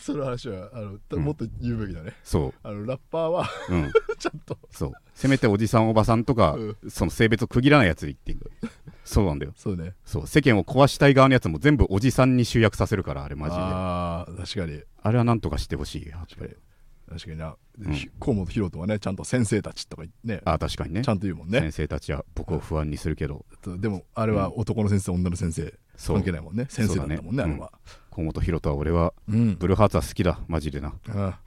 Speaker 2: その話はあのた
Speaker 1: うん
Speaker 2: もっと言うべきだね。
Speaker 1: そ
Speaker 2: あのラッパーは
Speaker 1: ううん
Speaker 2: ちゃんと
Speaker 1: そうせめておじさんおばさんとか、
Speaker 2: う
Speaker 1: その性別を区切らないやつに言ってそうなんだよ
Speaker 2: そうね。
Speaker 1: そう世間を壊したい側のやつも全部おじさんに集約させるからあれマジであ
Speaker 2: ああ確かに
Speaker 1: れはなんとかしてほしいやっぱ
Speaker 2: 確か
Speaker 1: り
Speaker 2: に確かにな。
Speaker 1: ん
Speaker 2: ひ河本ヒロトはねちゃんと先生たちとかね
Speaker 1: あ確かにね
Speaker 2: ちゃんと言うもんね
Speaker 1: 先。生たちは僕を不安にするけど
Speaker 2: でもあれは男の先生女の先生
Speaker 1: そう
Speaker 2: 関係ないもんね。先生だったもんね
Speaker 1: そうだ
Speaker 2: あ
Speaker 1: ね
Speaker 2: れは。
Speaker 1: 河本ロとは俺は
Speaker 2: うん
Speaker 1: ブ。ルーハーツは好きだマジでな
Speaker 2: あ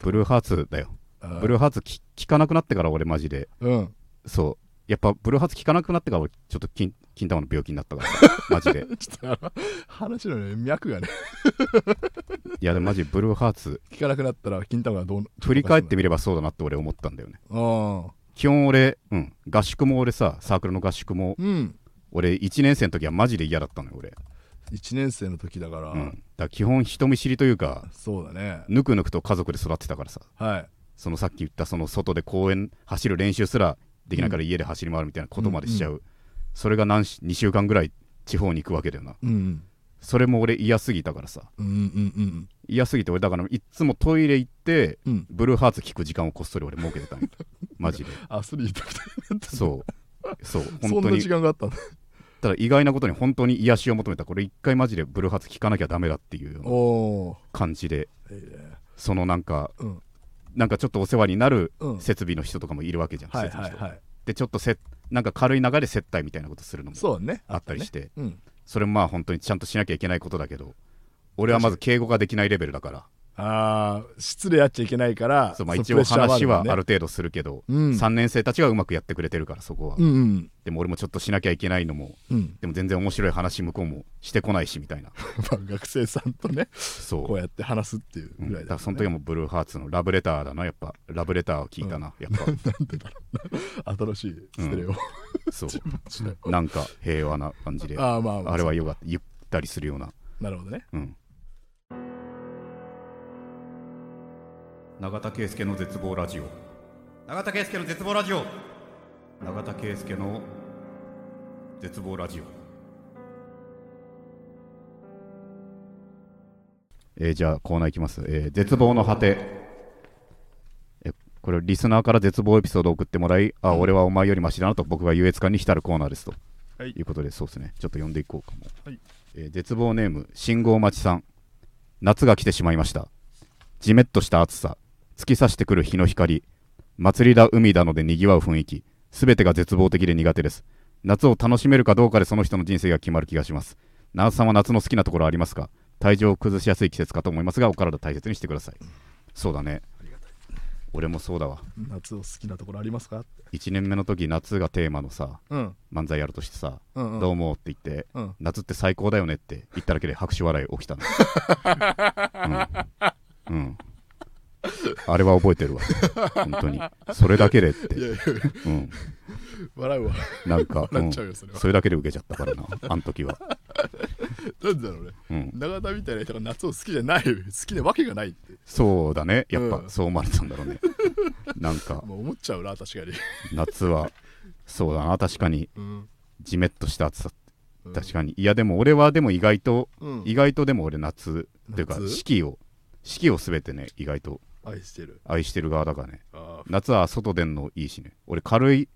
Speaker 1: ブルーハーツだよ
Speaker 2: あああ
Speaker 1: ブルーハーツき聞かなくなってから俺マジで
Speaker 2: うん。
Speaker 1: そうやっぱブルーハーツ聞かなくなってから俺ちょっと金金玉の病気になったから マジで
Speaker 2: ちょっとあの話のね脈がね
Speaker 1: いやでもマジブルーハーツ
Speaker 2: 聞かなくなったら金玉がどう
Speaker 1: 振り返って
Speaker 2: み
Speaker 1: みればそうだなって俺思ったんだよね
Speaker 2: ああ
Speaker 1: 基本俺、うん、合宿も俺さサークルの合宿も
Speaker 2: うん
Speaker 1: 俺1年生の時はマジで嫌だったのよ俺、
Speaker 2: 1年生の時だから、
Speaker 1: うん、だから基本人見知りというか
Speaker 2: そうだね
Speaker 1: ぬくぬくと家族で育ってたからさ
Speaker 2: はい
Speaker 1: そのさっき言ったその外で公園走る練習すらできないから家で走り回るみたいなことまでしちゃう、それが何し2週間ぐらい地方に行くわけだよな
Speaker 2: うん
Speaker 1: それも俺嫌すぎたからさ
Speaker 2: うんうん
Speaker 1: 嫌すぎて俺だからいっつもトイレ行って
Speaker 2: うんうん
Speaker 1: ブルーハーツ聞く時間をこっそり俺設けてたんよマジで
Speaker 2: アスリートみたいになった
Speaker 1: そうそう
Speaker 2: そ
Speaker 1: 本
Speaker 2: ん
Speaker 1: 当
Speaker 2: な
Speaker 1: に
Speaker 2: 時間があったんだ
Speaker 1: ただ意外なことに本当に癒しを求めたこれ一回マジでブルーハーツ聞かなきゃダメだっていうよう
Speaker 2: お
Speaker 1: な
Speaker 2: お
Speaker 1: 感じで
Speaker 2: ーいいね
Speaker 1: そのなんか
Speaker 2: うん
Speaker 1: なんかちょっとお世話になる
Speaker 2: うん
Speaker 1: 設備の人とかもいるわけじゃん、
Speaker 2: はい
Speaker 1: 施設の
Speaker 2: はい
Speaker 1: 人
Speaker 2: はい
Speaker 1: でちょっとせなんか軽い流れで接待みたいなことするのも
Speaker 2: そうね
Speaker 1: あったりして、
Speaker 2: ねうん
Speaker 1: それもまあ本当にちゃんとしなきゃいけないことだけど俺はまず敬語ができないレベルだから
Speaker 2: ああ失礼やっちゃいけないから
Speaker 1: そう、まあ、
Speaker 2: の
Speaker 1: 一
Speaker 2: プレ
Speaker 1: 応
Speaker 2: ッシャー
Speaker 1: 話はあ
Speaker 2: も
Speaker 1: る程度するけど、
Speaker 2: うん
Speaker 1: 3年生たちがうまくやってくれてるからそこは、
Speaker 2: もんねうん
Speaker 1: でも俺もちょっとしなきゃいけないのも
Speaker 2: うんうん
Speaker 1: でも全然面白い話向こうもしてこないしみたい な
Speaker 2: まあ学生さんとね
Speaker 1: そう
Speaker 2: こうやって話すっていう
Speaker 1: うん
Speaker 2: ぐら
Speaker 1: だ
Speaker 2: い
Speaker 1: か
Speaker 2: だ
Speaker 1: らその時はもうブルーハーツのラブレターだなやっぱラブレターを聞いたな、やっぱ
Speaker 2: 新しいステレオ、
Speaker 1: そ
Speaker 2: しないう
Speaker 1: なんか平和な感じであ
Speaker 2: ああまあまあ
Speaker 1: れはよかったゆったりするような
Speaker 2: なるほどね
Speaker 1: うん永田圭介の絶望ラジオ永田圭介の絶望ラジオ永田圭介の絶望ラジオえーじゃあコーナーいきます、えー絶望の果てえこれリスナーから絶望エピソードを送ってもらいあ俺はお前よりマシだなと僕が優越感に浸るコーナーですと、
Speaker 2: はい
Speaker 1: いうことでそうですねちょっと読んでいこうかも
Speaker 2: はい
Speaker 1: えー絶望ネーム信号待ちさん夏が来てしまいましたじめっとした暑さ突き刺してくる日の光祭りだ海だのでにぎわう雰囲気すべてが絶望的で苦手です夏を楽しめるかどうかでその人の人生が決まる気がします長津さんは夏の好きなところありますか体調を崩しやすい季節かと思いますがお体大切にしてくださいそうだね俺もそうだわ
Speaker 2: 夏を好きなところありますか
Speaker 1: 1年目の時夏がテーマのさ
Speaker 2: うん
Speaker 1: 漫才やるとしてさ「
Speaker 2: うんう
Speaker 1: ど
Speaker 2: ん
Speaker 1: うも」って言って
Speaker 2: うん
Speaker 1: 「夏って最高だよね」って言っただけで拍手笑い起きた のうん、うん、あれは覚えてるわ本当にそれだけでって
Speaker 2: いやいや
Speaker 1: うん
Speaker 2: 笑うわ
Speaker 1: なんか、
Speaker 2: 笑っ
Speaker 1: ん、
Speaker 2: ちゃう
Speaker 1: そ
Speaker 2: よそれは
Speaker 1: れだけで受けちゃったからなあの時は
Speaker 2: なんでだろうね
Speaker 1: うん
Speaker 2: 長田みたいな人が夏を好きじゃない好きなわけがないって
Speaker 1: そうだねやっぱ
Speaker 2: うん
Speaker 1: そう思われてたんだろうねなんか
Speaker 2: もう思っちゃうな確かに、
Speaker 1: 夏はそうだな確かに
Speaker 2: うん
Speaker 1: ジメッとした暑さ
Speaker 2: うん、
Speaker 1: 確かにいやでも俺はでも意外と
Speaker 2: うん
Speaker 1: 意外とでも俺夏というか
Speaker 2: 夏
Speaker 1: 四季を四季を全てね意外と
Speaker 2: 愛してる
Speaker 1: 愛してる側だからね
Speaker 2: あー
Speaker 1: 夏は外出んのいいしね俺軽い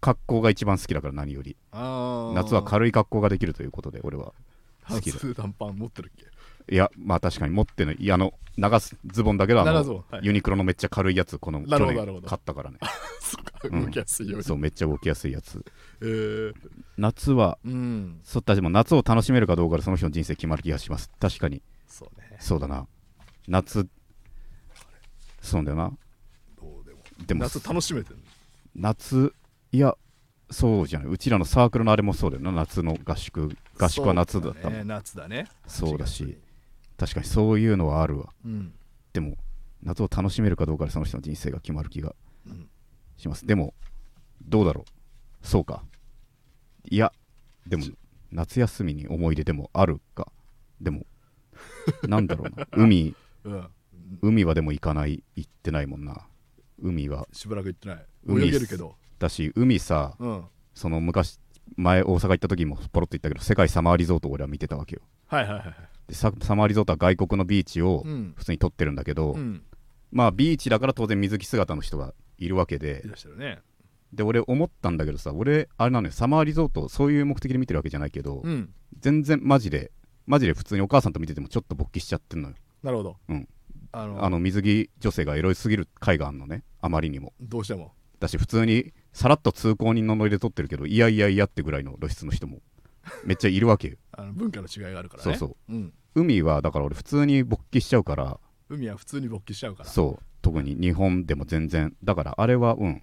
Speaker 1: 格好が一番好きだから何より
Speaker 2: あー
Speaker 1: 夏は軽い格好ができるということで俺は好きだ
Speaker 2: 半袖短パン持ってるっけ
Speaker 1: いやまあ確かに持ってないいやあの長すズボンだけどあ
Speaker 2: 長ズボン
Speaker 1: の
Speaker 2: はい
Speaker 1: ユニクロのめっちゃ軽いやつこの去
Speaker 2: なるほど
Speaker 1: 年
Speaker 2: なるほど
Speaker 1: 買った からね
Speaker 2: そっか
Speaker 1: うん
Speaker 2: 動きやすいように、
Speaker 1: そうめっちゃ動きやすいやつ
Speaker 2: えー
Speaker 1: 夏は
Speaker 2: うん
Speaker 1: そったでも夏を楽しめるかどうかでその人の人生決まる気がします確かに
Speaker 2: そうね
Speaker 1: そうだな夏そうだよな
Speaker 2: どうでも
Speaker 1: でも
Speaker 2: 夏楽しめてる
Speaker 1: 夏いやそうじゃないうちらのサークルのあれもそうだよな夏の合宿合宿は夏だった
Speaker 2: そう
Speaker 1: もん
Speaker 2: ね夏だね
Speaker 1: そうだし
Speaker 2: 8月
Speaker 1: 確かにそういうのはあるわ
Speaker 2: にうん
Speaker 1: でも夏を楽しめるかどうかでその人の人生が決まる気が
Speaker 2: うん
Speaker 1: しますでもどうだろうそうかいやでも夏休みに思い出でもあるかでもなんだろうな 海
Speaker 2: うん
Speaker 1: 海はでも行かない行ってないもんな海は
Speaker 2: しばらく行ってない
Speaker 1: 海
Speaker 2: 泳げるけど
Speaker 1: だし海さ
Speaker 2: うん
Speaker 1: その昔前大阪行った時もポロっと言ったけど世界サマーリゾートを俺は見てたわけよ
Speaker 2: はいはいはい
Speaker 1: でササマーリゾートは外国のビーチを
Speaker 2: うん
Speaker 1: 普通に撮ってるんだけど、
Speaker 2: うん
Speaker 1: まあビーチだから当然水着姿の人がいるわけで
Speaker 2: いらっしゃるね
Speaker 1: で俺思ったんだけどさ俺あれなのよサマーリゾートそういう目的で見てるわけじゃないけど、
Speaker 2: うん
Speaker 1: 全然マジでマジで普通にお母さんと見ててもちょっと勃起しちゃってんのよ、
Speaker 2: なるほど
Speaker 1: うん、
Speaker 2: あの
Speaker 1: あの水着女性がエロいすぎる回があんのねあまりにも
Speaker 2: どうしても
Speaker 1: だし普通にさらっと通行人のノリで撮ってるけどいやいやいやってぐらいの露出の人もめっちゃいるわけよ
Speaker 2: あの文化の違いがあるから
Speaker 1: そう
Speaker 2: ね
Speaker 1: そう
Speaker 2: う、うん、
Speaker 1: 海はだから俺普通に勃起しちゃうから
Speaker 2: 海は普通に勃起しちゃうから
Speaker 1: そう特に日本でも全然だからあれはうん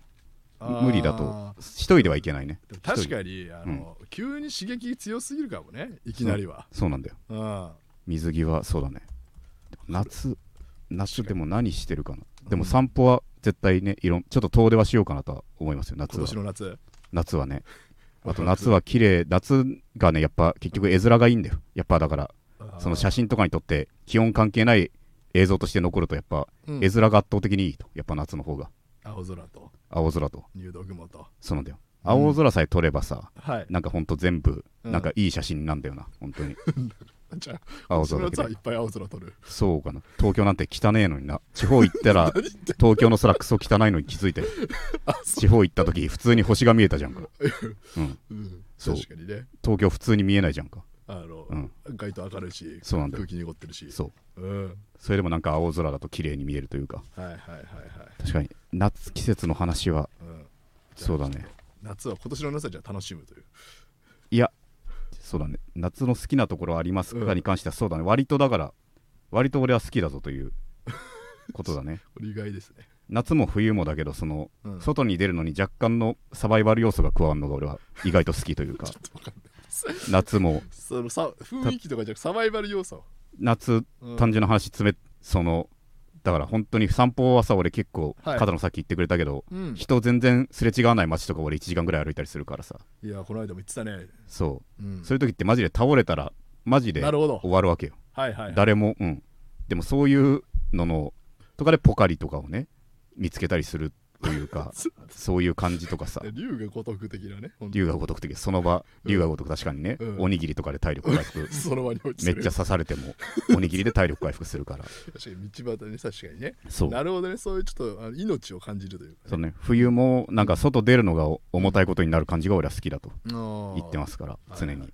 Speaker 2: あー
Speaker 1: 無理だと一人ではいけないね
Speaker 2: でも確かにあの、急に刺激強すぎるかもねいきなりは
Speaker 1: そうなんだよ
Speaker 2: うん、
Speaker 1: 水着はそうだねでも夏夏
Speaker 2: 確か
Speaker 1: で
Speaker 2: に
Speaker 1: も何してるかな
Speaker 2: うん
Speaker 1: でも散歩は絶対ねいろんちょっと遠出はしようかなとは思いますよ夏
Speaker 2: 今
Speaker 1: は
Speaker 2: 年の夏
Speaker 1: 夏はねあと
Speaker 2: ワク
Speaker 1: 夏は綺麗夏がねやっぱ結局絵面がいいんだよやっぱだから
Speaker 2: ワク
Speaker 1: その写真とかにとって気温関係ない映像として残るとやっぱ
Speaker 2: うん
Speaker 1: 絵面が圧倒的にいいとやっぱ夏の方が
Speaker 2: 青空と
Speaker 1: 青空と
Speaker 2: 入道雲と
Speaker 1: そうなんだよ
Speaker 2: うん
Speaker 1: 青空さえ撮ればさ
Speaker 2: はい
Speaker 1: なんかほんと全部
Speaker 2: うん
Speaker 1: なんかいい写真なんだよな本当 に
Speaker 2: じゃあ
Speaker 1: 青
Speaker 2: その
Speaker 1: 空だけ
Speaker 2: 夏は
Speaker 1: で
Speaker 2: いっぱい青空撮る
Speaker 1: そうかな東京なんて汚ねえのにな地方行った ら東京の空クソ汚いのに気づいて地方行った時普通に星が見えたじゃんか、うん、
Speaker 2: うん
Speaker 1: そう
Speaker 2: 確かにね
Speaker 1: 東京普通に見えないじゃんか
Speaker 2: あの、
Speaker 1: うん
Speaker 2: 街灯明るいし
Speaker 1: そうなんだよ
Speaker 2: 空気濁ってるし
Speaker 1: そう
Speaker 2: う、ん、
Speaker 1: それでもなんか青空だと綺麗に見えるというか
Speaker 2: はいはいはいはい、
Speaker 1: 確かに夏季節の話は
Speaker 2: うん、
Speaker 1: そうだね
Speaker 2: 夏は今年の夏はじゃあ楽しむという
Speaker 1: いや、そうだね、夏の好きなところはあります
Speaker 2: う
Speaker 1: か
Speaker 2: ん
Speaker 1: に関しては、そうだね、割とだから、割と俺は好きだぞと いうことだね。
Speaker 2: これ意外ですね
Speaker 1: 夏も冬もだけど、その、
Speaker 2: うん
Speaker 1: 外に出るのに若干のサバイバル要素が加わるのが俺は意外と好きと いうか、
Speaker 2: わかんない
Speaker 1: 夏も、
Speaker 2: そのさ雰囲気とかじゃなくサバイバル要素、
Speaker 1: 夏、
Speaker 2: うん
Speaker 1: 単純な話、詰め、その、だから本当に散歩はさ、俺結構、
Speaker 2: はい
Speaker 1: 肩の先行ってくれたけど、
Speaker 2: うん、
Speaker 1: 人全然すれ違わない街とか俺1時間ぐらい歩いたりするからさ、
Speaker 2: いやこの間も言ってたね、
Speaker 1: そうう、
Speaker 2: ん、
Speaker 1: そういう時ってマジで倒れたら、マジで
Speaker 2: なる
Speaker 1: 終
Speaker 2: ほど
Speaker 1: わるわけよ。
Speaker 2: はいはい、はい、
Speaker 1: 誰も、うん、でもそういうののとかでポカリとかをね見つけたりするという かそういう感じとかさ
Speaker 2: 龍が如く的なねほんと
Speaker 1: 龍が如く的その場
Speaker 2: うん
Speaker 1: 龍が如く確かにね、
Speaker 2: うん
Speaker 1: おにぎりとかで体力回 復
Speaker 2: その場に落ち
Speaker 1: め
Speaker 2: て
Speaker 1: っ
Speaker 2: る
Speaker 1: ちゃ刺されてもおにぎりで体力回復するから
Speaker 2: 確かに道端にね確かにね
Speaker 1: そう
Speaker 2: なるほどねそういうちょっとあの命を感じるというか
Speaker 1: そう、ね、冬もなんか外出るのが重たいことになる感じが俺は好きだと
Speaker 2: 言
Speaker 1: 言ってますから
Speaker 2: あー
Speaker 1: 常
Speaker 2: はいは
Speaker 1: に
Speaker 2: い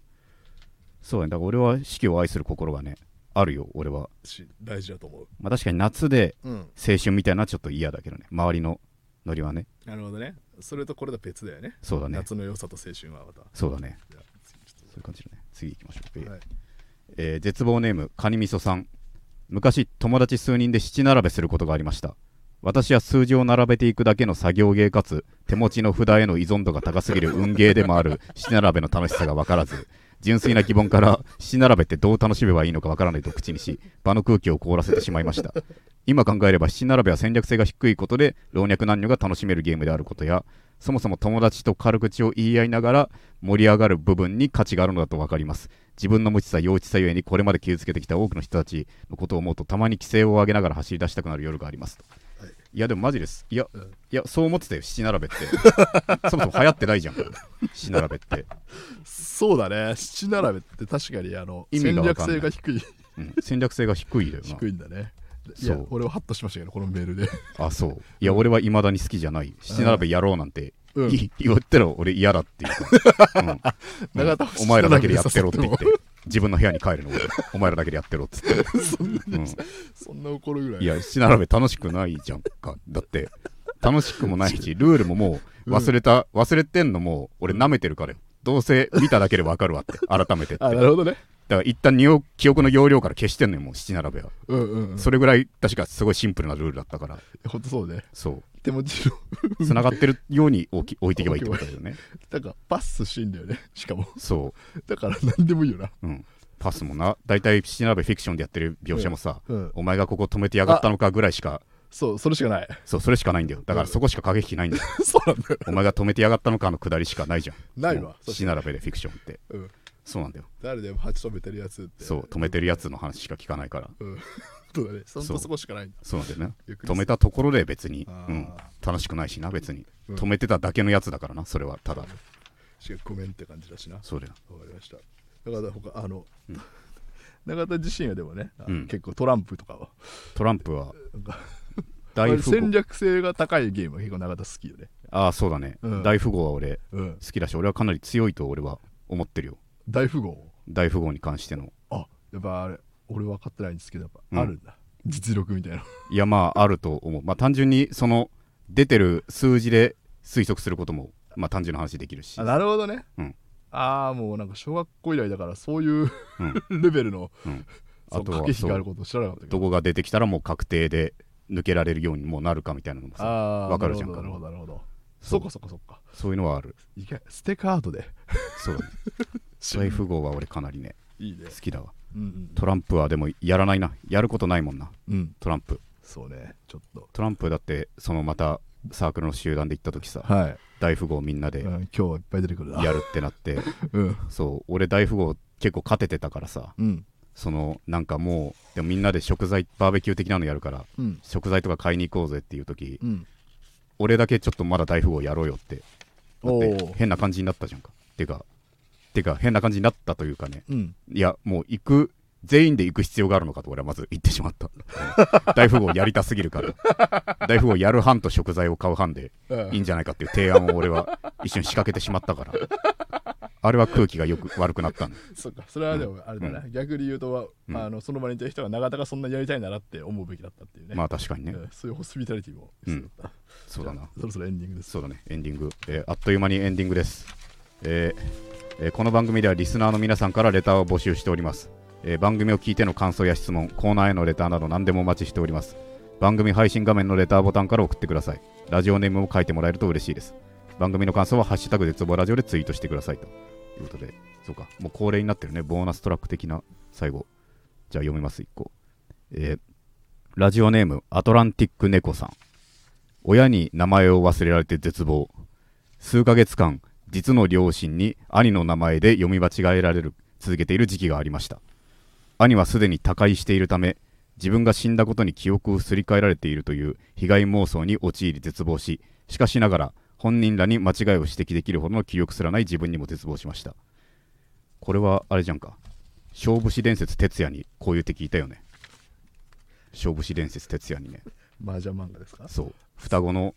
Speaker 1: そうねだから俺は四季を愛する心がねあるよ俺は、
Speaker 2: すし大事だと思う
Speaker 1: まあ、確かに夏で
Speaker 2: うん
Speaker 1: 青春みたいなのはちょっと嫌だけどね周りのノリはね
Speaker 2: なるほどねそれとこれと別だよね
Speaker 1: そうだね
Speaker 2: 夏の良さと青春はまた
Speaker 1: そうだね
Speaker 2: じゃあ次ちょ
Speaker 1: そういう感じだね。次行きましょう。
Speaker 2: っとはい
Speaker 1: えー絶望ネーム、カニみそさん。昔、友達数人で七並べすることがありました。私は数字を並べていくだけの作業芸かつ手持ちの札への依存度が高すぎる運ゲーでもある七並べの楽しさが分からず純粋な疑問から七並べってどう楽しめばいいのか分からないと口にし場の空気を凍らせてしまいました今考えれば七並べは戦略性が低いことで老若男女が楽しめるゲームであることやそもそも友達と軽口を言い合いながら盛り上がる部分に価値があるのだと分かります自分の無知さ幼稚さゆえにこれまで傷つけてきた多くの人たちのことを思うとたまに規制を上げながら走り出したくなる夜がありますいやでもマジですいや、
Speaker 2: うん
Speaker 1: いやそう思ってたよ七並べってそもそも流行ってないじゃん七並べって、
Speaker 2: そうだね七並べって確かにあの
Speaker 1: 意味
Speaker 2: 戦
Speaker 1: がわ
Speaker 2: 略
Speaker 1: かんな
Speaker 2: 性
Speaker 1: い
Speaker 2: が低い
Speaker 1: うん、戦略性が低いだよな
Speaker 2: 低いんだねい
Speaker 1: そう
Speaker 2: や俺はハッとしましたけどこのメ ールで
Speaker 1: あそういや俺はいまだに好きじゃない七並べやろうなんて、
Speaker 2: うん
Speaker 1: い言ったら俺嫌だっていう か、うん
Speaker 2: 長田節
Speaker 1: お前らだけでやってろって言って
Speaker 2: 七並べさせても
Speaker 1: 自分の部屋に帰るの俺お前らだけでやってろっつって
Speaker 2: そんな
Speaker 1: うん
Speaker 2: そんな怒るぐらい
Speaker 1: いや、七並べ楽しくないじゃんか。だって、楽しくもない し、ルールももう忘れた、忘れてんのも、俺舐めてるからよ。どうせ見ただけでわかるわって、改めてって。だ
Speaker 2: あな
Speaker 1: か
Speaker 2: るほどね
Speaker 1: ら一旦にお記憶の容量から消してんのよ、もう七並べは。
Speaker 2: うんうんうん
Speaker 1: それぐらい、確かすごいシンプルなルールだったから、
Speaker 2: ほんとそうね
Speaker 1: そ
Speaker 2: 手持ちの
Speaker 1: う。繋がってるように置き置いていけばいいってことだよね。
Speaker 2: なんかパスしいんだよねしかも
Speaker 1: そ
Speaker 2: だから何でもいいよな
Speaker 1: う。うん。パスもな、大体七並べフィクションでやってる描写もさ、
Speaker 2: うん
Speaker 1: お前がここ止めてやがったのかぐらいしか、
Speaker 2: そうそれしかない
Speaker 1: そう、それしかないんだよ。だからそこしか駆け引きないんだよ。
Speaker 2: そうなんだよ
Speaker 1: お前が止めてやがったのかのくだりしかないじゃん。
Speaker 2: ないわ
Speaker 1: もう死並べでフィクションって。
Speaker 2: うん
Speaker 1: そうなんだよ。
Speaker 2: 誰でも鉢止めてるやつって
Speaker 1: そう、止めてるやつの話しか聞かないから。
Speaker 2: うんそうだねそん
Speaker 1: そう
Speaker 2: とそこしかないんだ
Speaker 1: そうなんだよね。
Speaker 2: ゆっくり
Speaker 1: 止めたところで別に、
Speaker 2: あー
Speaker 1: うん、楽しくないしな、別に。
Speaker 2: うん
Speaker 1: 止めてただけのやつだからな、それは、ただ。
Speaker 2: しかごめんって感じだしなわか
Speaker 1: そうだよ。
Speaker 2: りましただから他あの、 永田自身はでもね、あ
Speaker 1: うん
Speaker 2: 結構トランプとかは
Speaker 1: トランプは
Speaker 2: なんか
Speaker 1: 大富
Speaker 2: 戦
Speaker 1: 豪。
Speaker 2: 略性が高いゲームは結構永田好きよね
Speaker 1: ああ、そうだね、
Speaker 2: うん
Speaker 1: 大富豪は俺、
Speaker 2: うん
Speaker 1: 好きだし、俺はかなり強いと俺は思ってるよ。
Speaker 2: 大富豪
Speaker 1: 大富豪に関しての。
Speaker 2: あやっぱあれ俺分かってないんですけどやっ
Speaker 1: うん
Speaker 2: ぱあるんだ、実力 みたいない
Speaker 1: や、まあ、あると思う。まあ、単純に、その、出てる数字で推測することも、まあ、単純な話できるし
Speaker 2: あ。なるほどね、
Speaker 1: うん
Speaker 2: ああもうなんか小学校以来だからそういう
Speaker 1: うん
Speaker 2: レベルの、
Speaker 1: うん
Speaker 2: そ
Speaker 1: あ
Speaker 2: う
Speaker 1: とは
Speaker 2: 駆け引きがあることを知らなかったけ
Speaker 1: ど
Speaker 2: ど
Speaker 1: こが出てきたらもう確定で抜けられるようにもうなるかみたいなのもさ
Speaker 2: ああ
Speaker 1: わかるじゃん
Speaker 2: なるほどなるほどなるほど
Speaker 1: そ
Speaker 2: そうっかそっかそっか
Speaker 1: そういうのはある
Speaker 2: いけ捨てカ ードで
Speaker 1: そう だね大富豪は俺かなりね
Speaker 2: いいね
Speaker 1: 好きだわ
Speaker 2: うん
Speaker 1: トランプはでもやらないなやることないもんな
Speaker 2: うん、うん、
Speaker 1: トランプ
Speaker 2: そうねちょっと
Speaker 1: トランプだってそのまたサークルの集団で行った時さ
Speaker 2: はい、
Speaker 1: 大富豪みんなで
Speaker 2: うん、今日はいっぱい出てくるな
Speaker 1: やるってな って
Speaker 2: うん
Speaker 1: そう俺大富豪結構勝ててたからさ
Speaker 2: うん
Speaker 1: そのなんかもうでもみんなで食材バーベキュー的なのやるから
Speaker 2: うん
Speaker 1: 食材とか買いに行こうぜっていう時
Speaker 2: うん
Speaker 1: 俺だけちょっとまだ大富豪やろうよってだっ
Speaker 2: お
Speaker 1: て
Speaker 2: ー
Speaker 1: 変な感じになったじゃんかてかてか変な感じになったというかね
Speaker 2: うん
Speaker 1: いやもう行く全員で行く必要があるのかと俺はまず言ってしま った大富豪やりたすぎるから大富豪やる班と食材を買う班でいいんじゃないかっていう提案を俺 は一瞬仕掛けてしまったからあれは空気がよく悪くなったんだ
Speaker 2: そっかそれはでもあれだな、逆に言うとは、
Speaker 1: うん
Speaker 2: あのその場にいた人が永田がそんなにやりたいならって思うべきだったっていうね,、
Speaker 1: まあ確かにね
Speaker 2: うんそういうホスピタリティも
Speaker 1: うん
Speaker 2: 必要だった
Speaker 1: そうだな
Speaker 2: そろそろエンディングです
Speaker 1: そうだね、エンディング、えーあっという間にエンディングです、えーえーこの番組ではリスナーの皆さんからレターを募集しております、えー番組を聞いての感想や質問、コーナーへのレターなど何でもお待ちしております。番組配信画面のレターボタンから送ってください。ラジオネームも書いてもらえると嬉しいです。番組の感想はハッシュタグでつぼラジオでツイートしてくださいということで、そうか、もう恒例になってるね、ボーナストラック的な最後。じゃあ読みます、1個。えーラジオネーム、アトランティック猫さん。親に名前を忘れられて絶望数ヶ月間実の両親に兄の名前で読み間違えられる続けている時期がありました兄はすでに他界しているため自分が死んだことに記憶をすり替えられているという被害妄想に陥り絶望ししかしながら本人らに間違いを指摘できるほどの記憶すらない自分にも絶望しましたこれはあれじゃんか勝負師伝説哲也にこういう敵いたよね勝負師伝説哲也にね
Speaker 2: マージャン漫画ですか
Speaker 1: そう双子の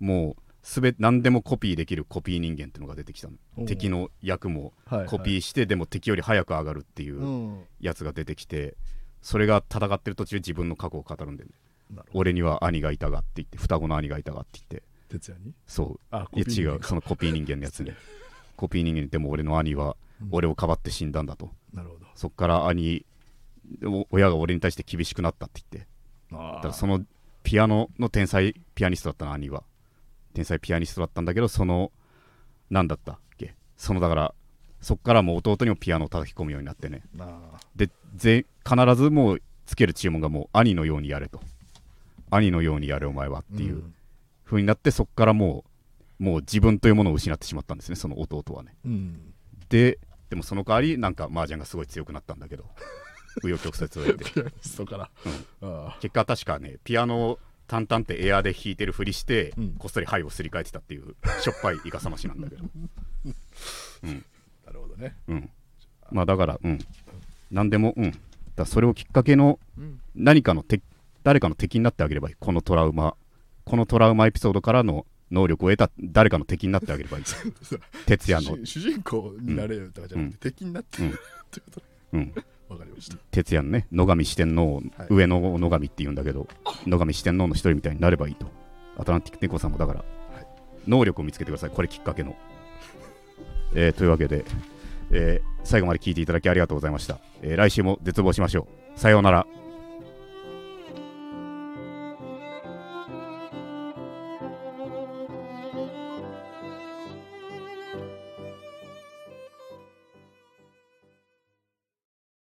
Speaker 1: もうすべ何でもコピーできるコピー人間ってのが出てきたの
Speaker 2: おう
Speaker 1: 敵の役も
Speaker 2: はい
Speaker 1: コピーして、でも敵より早く上がるってい
Speaker 2: ーう
Speaker 1: うんやつが出てきてそれが戦ってる途中自分の過去を語るんで、ね、
Speaker 2: なるほど
Speaker 1: 俺には兄がいたがって言って双子の兄がいたがって言って
Speaker 2: 徹夜に
Speaker 1: そう
Speaker 2: あ
Speaker 1: いや違うそ
Speaker 2: の
Speaker 1: のコピー人間のやつ ねコピー人間でも俺の兄は俺をかばって死んだんだと、
Speaker 2: なるほど
Speaker 1: そっから兄お親が俺に対して厳しくなったって言って
Speaker 2: あ
Speaker 1: だ
Speaker 2: ー
Speaker 1: からそのピアノの天才ピアニストだったな兄は天才ピアニストだったんだけどそのなんだったっけそのだからそっからもう弟にもピアノを叩き込むようになってね
Speaker 2: あ
Speaker 1: でぜ必ずもうつける注文がもう兄のようにやれと兄のようにやれお前は
Speaker 2: ー
Speaker 1: っていうん風になってそっからもうもう自分というものを失ってしまったんですねその弟はね
Speaker 2: うん、
Speaker 1: ででもその代わりなんか麻雀がすごい強くなったんだけど紆余曲折をやって
Speaker 2: ピアニストから、あ
Speaker 1: 結果確かねピアノを淡々ってエアーで弾いてるふりして、
Speaker 2: うん
Speaker 1: こっそりハイをすり替えてたっていうしょっぱいいかさましなんだけ ど
Speaker 2: ーなるほどね、
Speaker 1: うんまあだからうん何でもうんだからそれをきっかけの
Speaker 2: うん
Speaker 1: 何かの敵誰かの敵になってあげればいいこのトラウマこのトラウマエピソードからの能力を得た誰かの敵になってあげればいい徹夜の
Speaker 2: 主主人公になれるとかじゃなくて、敵になって
Speaker 1: う
Speaker 2: る、
Speaker 1: ん
Speaker 2: ということ
Speaker 1: うん
Speaker 2: わかりました
Speaker 1: 徹夜のね野上四天王、
Speaker 2: はい
Speaker 1: 上の野上って言うんだけど野上四天王の一人みたいになればいいとアトランティック猫さんもだから、能力を見つけてくださいこれきっかけの、えーというわけで、えー最後まで聞いていただきありがとうございました、えー来週も絶望しましょうさようなら